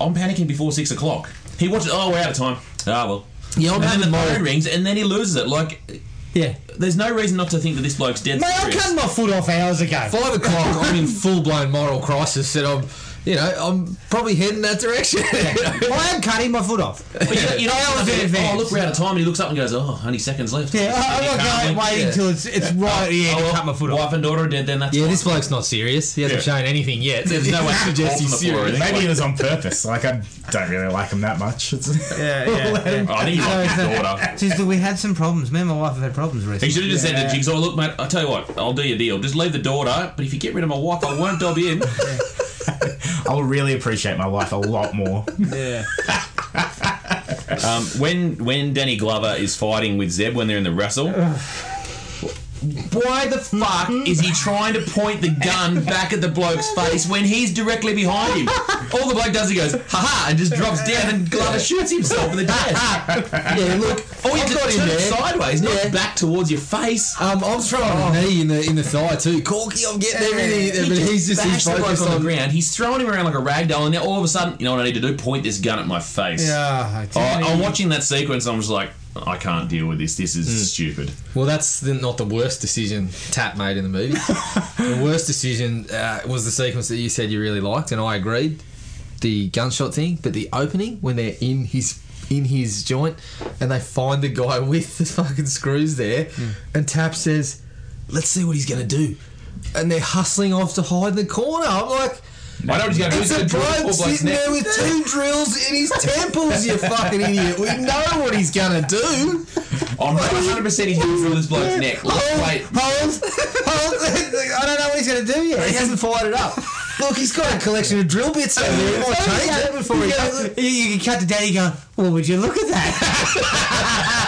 Speaker 4: I'm panicking before six o'clock. He watches. Oh, we're out of time. Ah, well.
Speaker 3: Yeah, I'm
Speaker 4: and then
Speaker 3: having
Speaker 4: the
Speaker 3: my-
Speaker 4: phone rings, and then he loses it. Like,
Speaker 2: Yeah.
Speaker 4: there's no reason not to think that this bloke's dead.
Speaker 2: Mate, I
Speaker 4: serious.
Speaker 2: cut my foot off hours ago.
Speaker 3: five o'clock, I'm in full blown moral crisis, and I'm, you know, I'm probably heading that direction.
Speaker 2: I am cutting my foot off.
Speaker 4: But you, you know,
Speaker 2: Hours in
Speaker 4: oh,
Speaker 2: advance.
Speaker 4: look, we're out of time, and he looks up and goes, "Oh, only seconds left."
Speaker 2: Yeah, I-
Speaker 4: And he
Speaker 2: I'm
Speaker 4: can't
Speaker 2: not going
Speaker 4: wait.
Speaker 2: waiting
Speaker 3: yeah.
Speaker 2: until it's, it's right at the end
Speaker 4: Oh,
Speaker 2: to
Speaker 4: well,
Speaker 2: cut my foot off.
Speaker 4: Wife and daughter are dead. Then that's
Speaker 3: yeah,
Speaker 4: fine.
Speaker 3: this bloke's not serious. He hasn't
Speaker 4: Yeah.
Speaker 3: shown anything yet.
Speaker 4: There's no way to
Speaker 3: Suggests
Speaker 4: fall
Speaker 3: he's
Speaker 4: from the floor,
Speaker 3: serious.
Speaker 4: is
Speaker 5: Maybe it was on purpose. Like I don't really like him that much. It's-
Speaker 4: Oh, I think he liked his daughter.
Speaker 2: Just that we had some problems. Me and my wife have had problems
Speaker 4: He
Speaker 2: recently.
Speaker 4: should have just said to Jigsaw, "Look, mate, I'll tell you what. I'll do your deal. Just leave the daughter, but if you get rid of my wife, I won't dob you in."
Speaker 5: I'll really appreciate my wife a lot more.
Speaker 2: Yeah.
Speaker 4: Um, when when Danny Glover is fighting with Zeb when they're in the wrestle, why the fuck is he trying to point the gun back at the bloke's face when he's directly behind him? All the bloke does, he goes, ha ha, and just drops down and Glover shoots himself in the chest.
Speaker 3: yeah, look.
Speaker 4: Oh, you have
Speaker 3: I've
Speaker 4: to
Speaker 3: got him
Speaker 4: turn it
Speaker 3: there.
Speaker 4: sideways, not
Speaker 3: Yeah.
Speaker 4: back towards your face.
Speaker 3: Um, I was throwing a knee in the in the thigh too. Corky, I'm getting everything, in there, but he's just he's
Speaker 4: bashed the bloke
Speaker 3: focused
Speaker 4: on,
Speaker 3: on.
Speaker 4: the ground. He's throwing him around like a rag doll, and now all of a sudden, you know what I need to do? Point this gun at my face.
Speaker 3: Yeah,
Speaker 4: Oh,
Speaker 3: Ah, I-
Speaker 4: I'm watching that sequence. I'm just like, I can't deal with this. This is stupid.
Speaker 3: Well, that's the, not the worst decision Tap made in the movie. the worst decision uh, was the sequence that you said you really liked, and I agreed. The gunshot thing, but the opening when they're in his in his joint, and they find the guy with the fucking screws there,
Speaker 4: Hmm.
Speaker 3: and Tap says, "Let's see what he's gonna do," and they're hustling off to hide in the corner. I'm like.
Speaker 4: I know what he's going to do.
Speaker 3: It's a
Speaker 4: He's gonna draw the
Speaker 3: bloke
Speaker 4: poor bloke's
Speaker 3: sitting
Speaker 4: neck.
Speaker 3: there with two drills in his temples, you fucking idiot. We know what he's gonna do.
Speaker 4: I'm 100 percent he's going to drill this bloke's neck. Let's
Speaker 3: Hold,
Speaker 4: wait.
Speaker 3: hold, hold. I don't know what he's going to do yet. He hasn't fired it up. Look, he's got a collection of drill bits over there. He might change it before he
Speaker 2: You, you, you can cut to Danny going, well, would you look at that?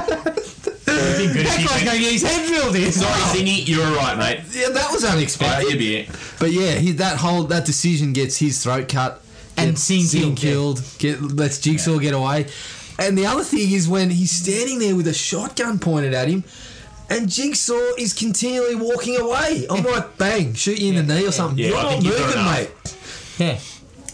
Speaker 4: It'd be good if
Speaker 2: That
Speaker 4: you
Speaker 2: guy's
Speaker 4: went,
Speaker 2: going to get his head drilled in.
Speaker 4: Sorry, Zingy, you're all right, mate.
Speaker 3: Yeah, that was
Speaker 4: Uh,
Speaker 3: unexpected.
Speaker 4: you'd be it.
Speaker 3: But yeah, he, that whole that decision gets his throat cut
Speaker 2: And
Speaker 3: gets
Speaker 2: Singh
Speaker 3: Singh
Speaker 2: killed,
Speaker 3: Get lets Jigsaw get away. And the other thing is when he's standing there with a shotgun pointed at him, and Jigsaw is continually walking away. I'm like, bang, shoot you in the knee or something.
Speaker 4: Yeah,
Speaker 3: You're
Speaker 4: I
Speaker 3: not
Speaker 4: think you've
Speaker 3: moving,
Speaker 4: done enough.
Speaker 3: mate.
Speaker 2: Yeah.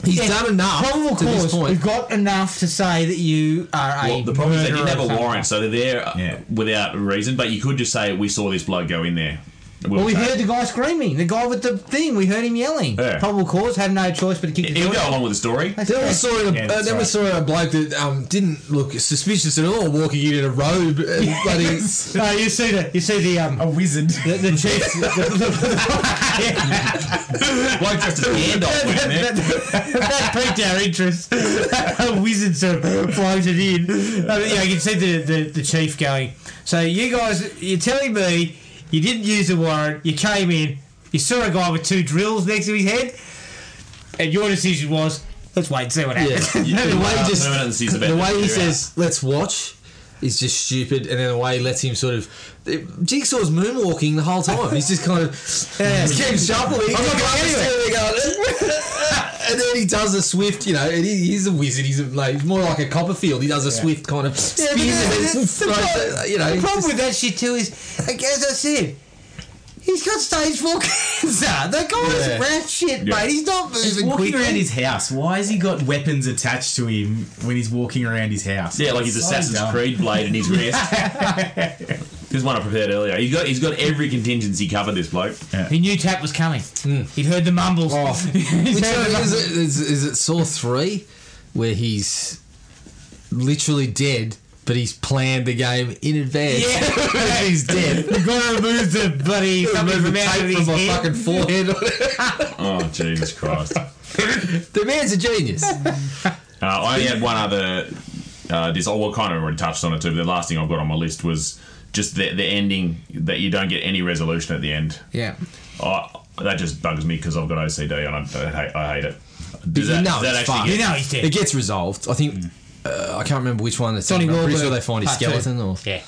Speaker 3: He's done enough
Speaker 2: Probable
Speaker 3: to this
Speaker 2: cause.
Speaker 3: point.
Speaker 2: We've got enough to say that you are
Speaker 4: Well,
Speaker 2: a.
Speaker 4: the problem is they
Speaker 2: murderer
Speaker 4: didn't have
Speaker 2: of
Speaker 4: a
Speaker 2: some
Speaker 4: warrant,
Speaker 2: kind.
Speaker 4: so they're there uh,
Speaker 5: Yeah.
Speaker 4: without reason. But you could just say we saw this bloke go in there. We'll
Speaker 2: Well, we
Speaker 4: take it."
Speaker 2: heard the guy screaming. The guy with the thing. We heard him yelling.
Speaker 4: Yeah.
Speaker 2: Probable cause. Had no choice but to kick the
Speaker 4: He'll
Speaker 2: door.
Speaker 4: go along with the story.
Speaker 3: Then we saw a,
Speaker 5: Yeah,
Speaker 3: uh,
Speaker 5: that's
Speaker 3: then we
Speaker 5: right.
Speaker 3: saw a bloke that um, didn't look suspicious at all walking in in a robe. And bloody,
Speaker 2: No, you see the you see the um
Speaker 4: Oh,
Speaker 5: A wizard.
Speaker 2: the, the chief the, the,
Speaker 4: Bloke dressed as Gandalf went in there.
Speaker 2: that, that piqued our interest. A wizard sort of floated in. I mean, you, know, you can see the, the, the chief going. So you guys, you're telling me you didn't use a warrant. You came in. You saw a guy with two drills next to his head, and your decision was let's wait and see what
Speaker 3: yeah.
Speaker 2: happens.
Speaker 3: the way, he
Speaker 4: no, no, this is
Speaker 3: just,
Speaker 4: about
Speaker 3: the way he
Speaker 4: to-
Speaker 3: says, let's watch, is just stupid. And then the way he lets him sort of. it- Jigsaw's moonwalking the whole time. He's just kind of. just keeps shuffling.
Speaker 2: I'm not going anywhere.
Speaker 3: and then he does a swift, you know, and he, he's a wizard. He's, a, like, he's more like a Copperfield. He does a swift kind of. spin
Speaker 2: Yeah, but
Speaker 3: and then
Speaker 2: that's- that's the
Speaker 3: throws
Speaker 2: problem.
Speaker 3: it, you know,
Speaker 2: the problem
Speaker 3: just-
Speaker 2: with that shit too is, like, as I said, he's got stage four cancer. That guy's
Speaker 3: Yeah.
Speaker 2: rat shit,
Speaker 4: Yeah.
Speaker 2: mate. He's not moving
Speaker 5: He's walking
Speaker 2: quickly.
Speaker 5: around his house. Why has he got weapons attached to him when he's walking around his house?
Speaker 4: Yeah, like his
Speaker 5: So
Speaker 4: Assassin's
Speaker 5: dumb.
Speaker 4: Creed blade in his wrist. There's one I prepared earlier. He's got he's got every contingency covered. This bloke.
Speaker 2: he knew Tap was coming. He'd heard the mumbles.
Speaker 5: Oh,
Speaker 2: He's
Speaker 3: Which
Speaker 2: heard the
Speaker 3: one is
Speaker 2: mumbles.
Speaker 3: it? Is, is it Saw Three, where he's literally dead, but he's planned the game in advance?
Speaker 2: Yeah.
Speaker 3: he's dead.
Speaker 2: We've got to remove the bloody something from
Speaker 3: Remove the
Speaker 2: out of his
Speaker 3: tape from my
Speaker 2: head.
Speaker 3: fucking forehead.
Speaker 4: Oh Jesus Christ! Uh,
Speaker 3: the man's a genius.
Speaker 4: I only had one other. Uh, this oh, well, kind of already touched on it too. But the last thing I've got on my list was just the, the ending that you don't get any resolution at the end.
Speaker 2: Yeah.
Speaker 4: I that just bugs me because I've got OCD and I, I, hate, I hate it.
Speaker 3: But
Speaker 4: Does
Speaker 3: you
Speaker 4: that,
Speaker 3: know
Speaker 4: does that
Speaker 3: it's fun.
Speaker 4: actually
Speaker 2: You
Speaker 4: Hmm. get,
Speaker 2: know he's dead.
Speaker 3: It gets resolved. I think. Uh, I can't remember which one. It's
Speaker 2: Johnny
Speaker 3: I'm pretty
Speaker 2: Wahlberg,
Speaker 3: sure they find his
Speaker 2: part two.
Speaker 3: skeleton or.
Speaker 2: Yeah.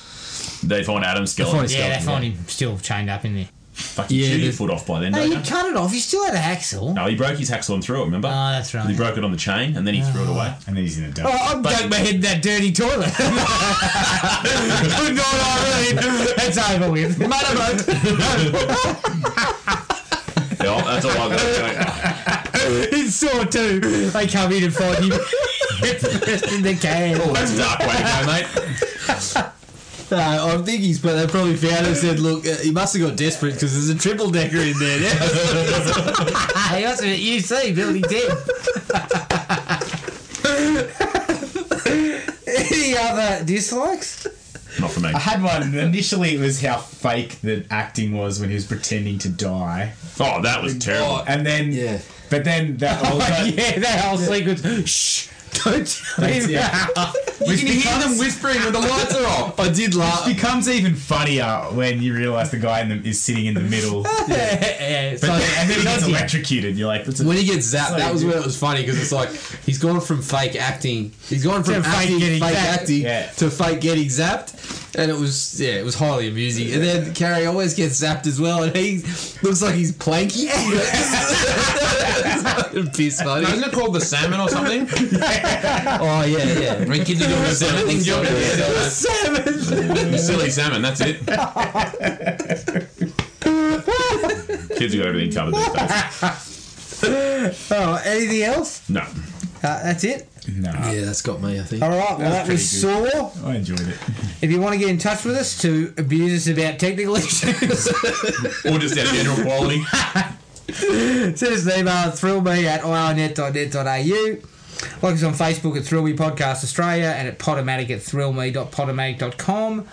Speaker 4: they find Adam's skeleton?
Speaker 3: his
Speaker 2: Yeah, they
Speaker 3: skeleton,
Speaker 2: find him still chained up in there.
Speaker 4: Fucking
Speaker 3: Yeah, Oh,
Speaker 4: shoot your
Speaker 3: the-
Speaker 4: foot off by then,
Speaker 2: No,
Speaker 4: don't
Speaker 2: you
Speaker 4: you?
Speaker 2: cut it off. You still had a hacksaw.
Speaker 4: No, he broke his hacksaw and threw it. Remember?
Speaker 3: Ah,
Speaker 2: Oh, that's right.
Speaker 4: He broke it on the chain and then he threw it away.
Speaker 5: And then he's in a dump.
Speaker 2: Oh, I'm dunking my head in that dirty toilet. no, no, really. That's over with.
Speaker 4: Yeah, that's all I've got.
Speaker 2: It's Saw too. They come in and find him first in the can.
Speaker 4: Oh, that's a dark way to go, mate.
Speaker 3: No, Oh, I think he's. But they probably found him and said, "Look, uh, he must have got desperate because there's a triple decker in there." Now.
Speaker 2: Hey, that's what you see, Billy Dead. Any other dislikes?
Speaker 4: Not for me.
Speaker 5: I had one. Initially, it was how fake the acting was when he was pretending to die.
Speaker 4: Oh, that was terrible.
Speaker 5: And then,
Speaker 3: Yeah.
Speaker 5: but then that also,
Speaker 2: yeah, that whole sequence. Shh, don't tell him.
Speaker 5: Yeah.
Speaker 12: You can hear them whispering when the lights are off.
Speaker 3: I did laugh.
Speaker 5: It becomes even funnier when you realise the guy in the, is sitting in the middle. But
Speaker 3: So-
Speaker 5: then, and then he gets
Speaker 3: Noddy.
Speaker 5: electrocuted. You're like, that's a,
Speaker 3: When he gets zapped,
Speaker 5: So
Speaker 3: that was
Speaker 5: good.
Speaker 3: where it was funny because it's like he's gone from fake acting, he's gone from
Speaker 5: To fake
Speaker 3: acting, fake,
Speaker 5: getting zapped.
Speaker 3: acting
Speaker 5: Yeah.
Speaker 3: to fake getting zapped, and it was yeah, it was highly amusing. And then Carrie always gets zapped as well, and he looks like he's planky. It's fucking piss funny.
Speaker 4: Oh, Isn't it called the salmon or something?
Speaker 3: Oh yeah, yeah.
Speaker 13: When kids are doing the same things, so good.
Speaker 4: The silly salmon, that's it. Kids have got everything covered these days.
Speaker 2: Oh, anything else?
Speaker 4: No.
Speaker 2: Uh, that's it.
Speaker 5: no,
Speaker 3: Yeah, that's got me. I think.
Speaker 2: All right. Well, that was Saw.
Speaker 5: I enjoyed it.
Speaker 2: If you want to get in touch with us to abuse us about technical issues,
Speaker 4: Or just our general quality.
Speaker 2: send us an email thrill me at irnet.net.au. Like us on Facebook at Thrill Me Podcast Australia and at Podomatic at thrillme.podomatic.com.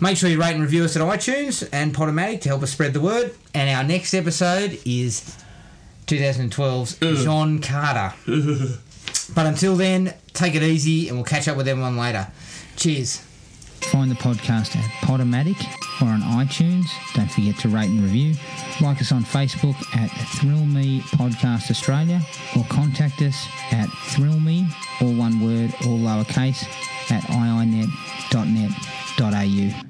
Speaker 2: Make sure you rate and review us at iTunes and Podomatic to help us spread the word. And our next episode is 2012's John Carter. but until then, take it easy and we'll catch up with everyone later. Cheers.
Speaker 14: Find the podcast at Podomatic or on iTunes. Don't forget to rate and review. Like us on Facebook at Thrill Me Podcast Australia or contact us at Thrill Me, all one word, all lowercase, at iinet.net.au.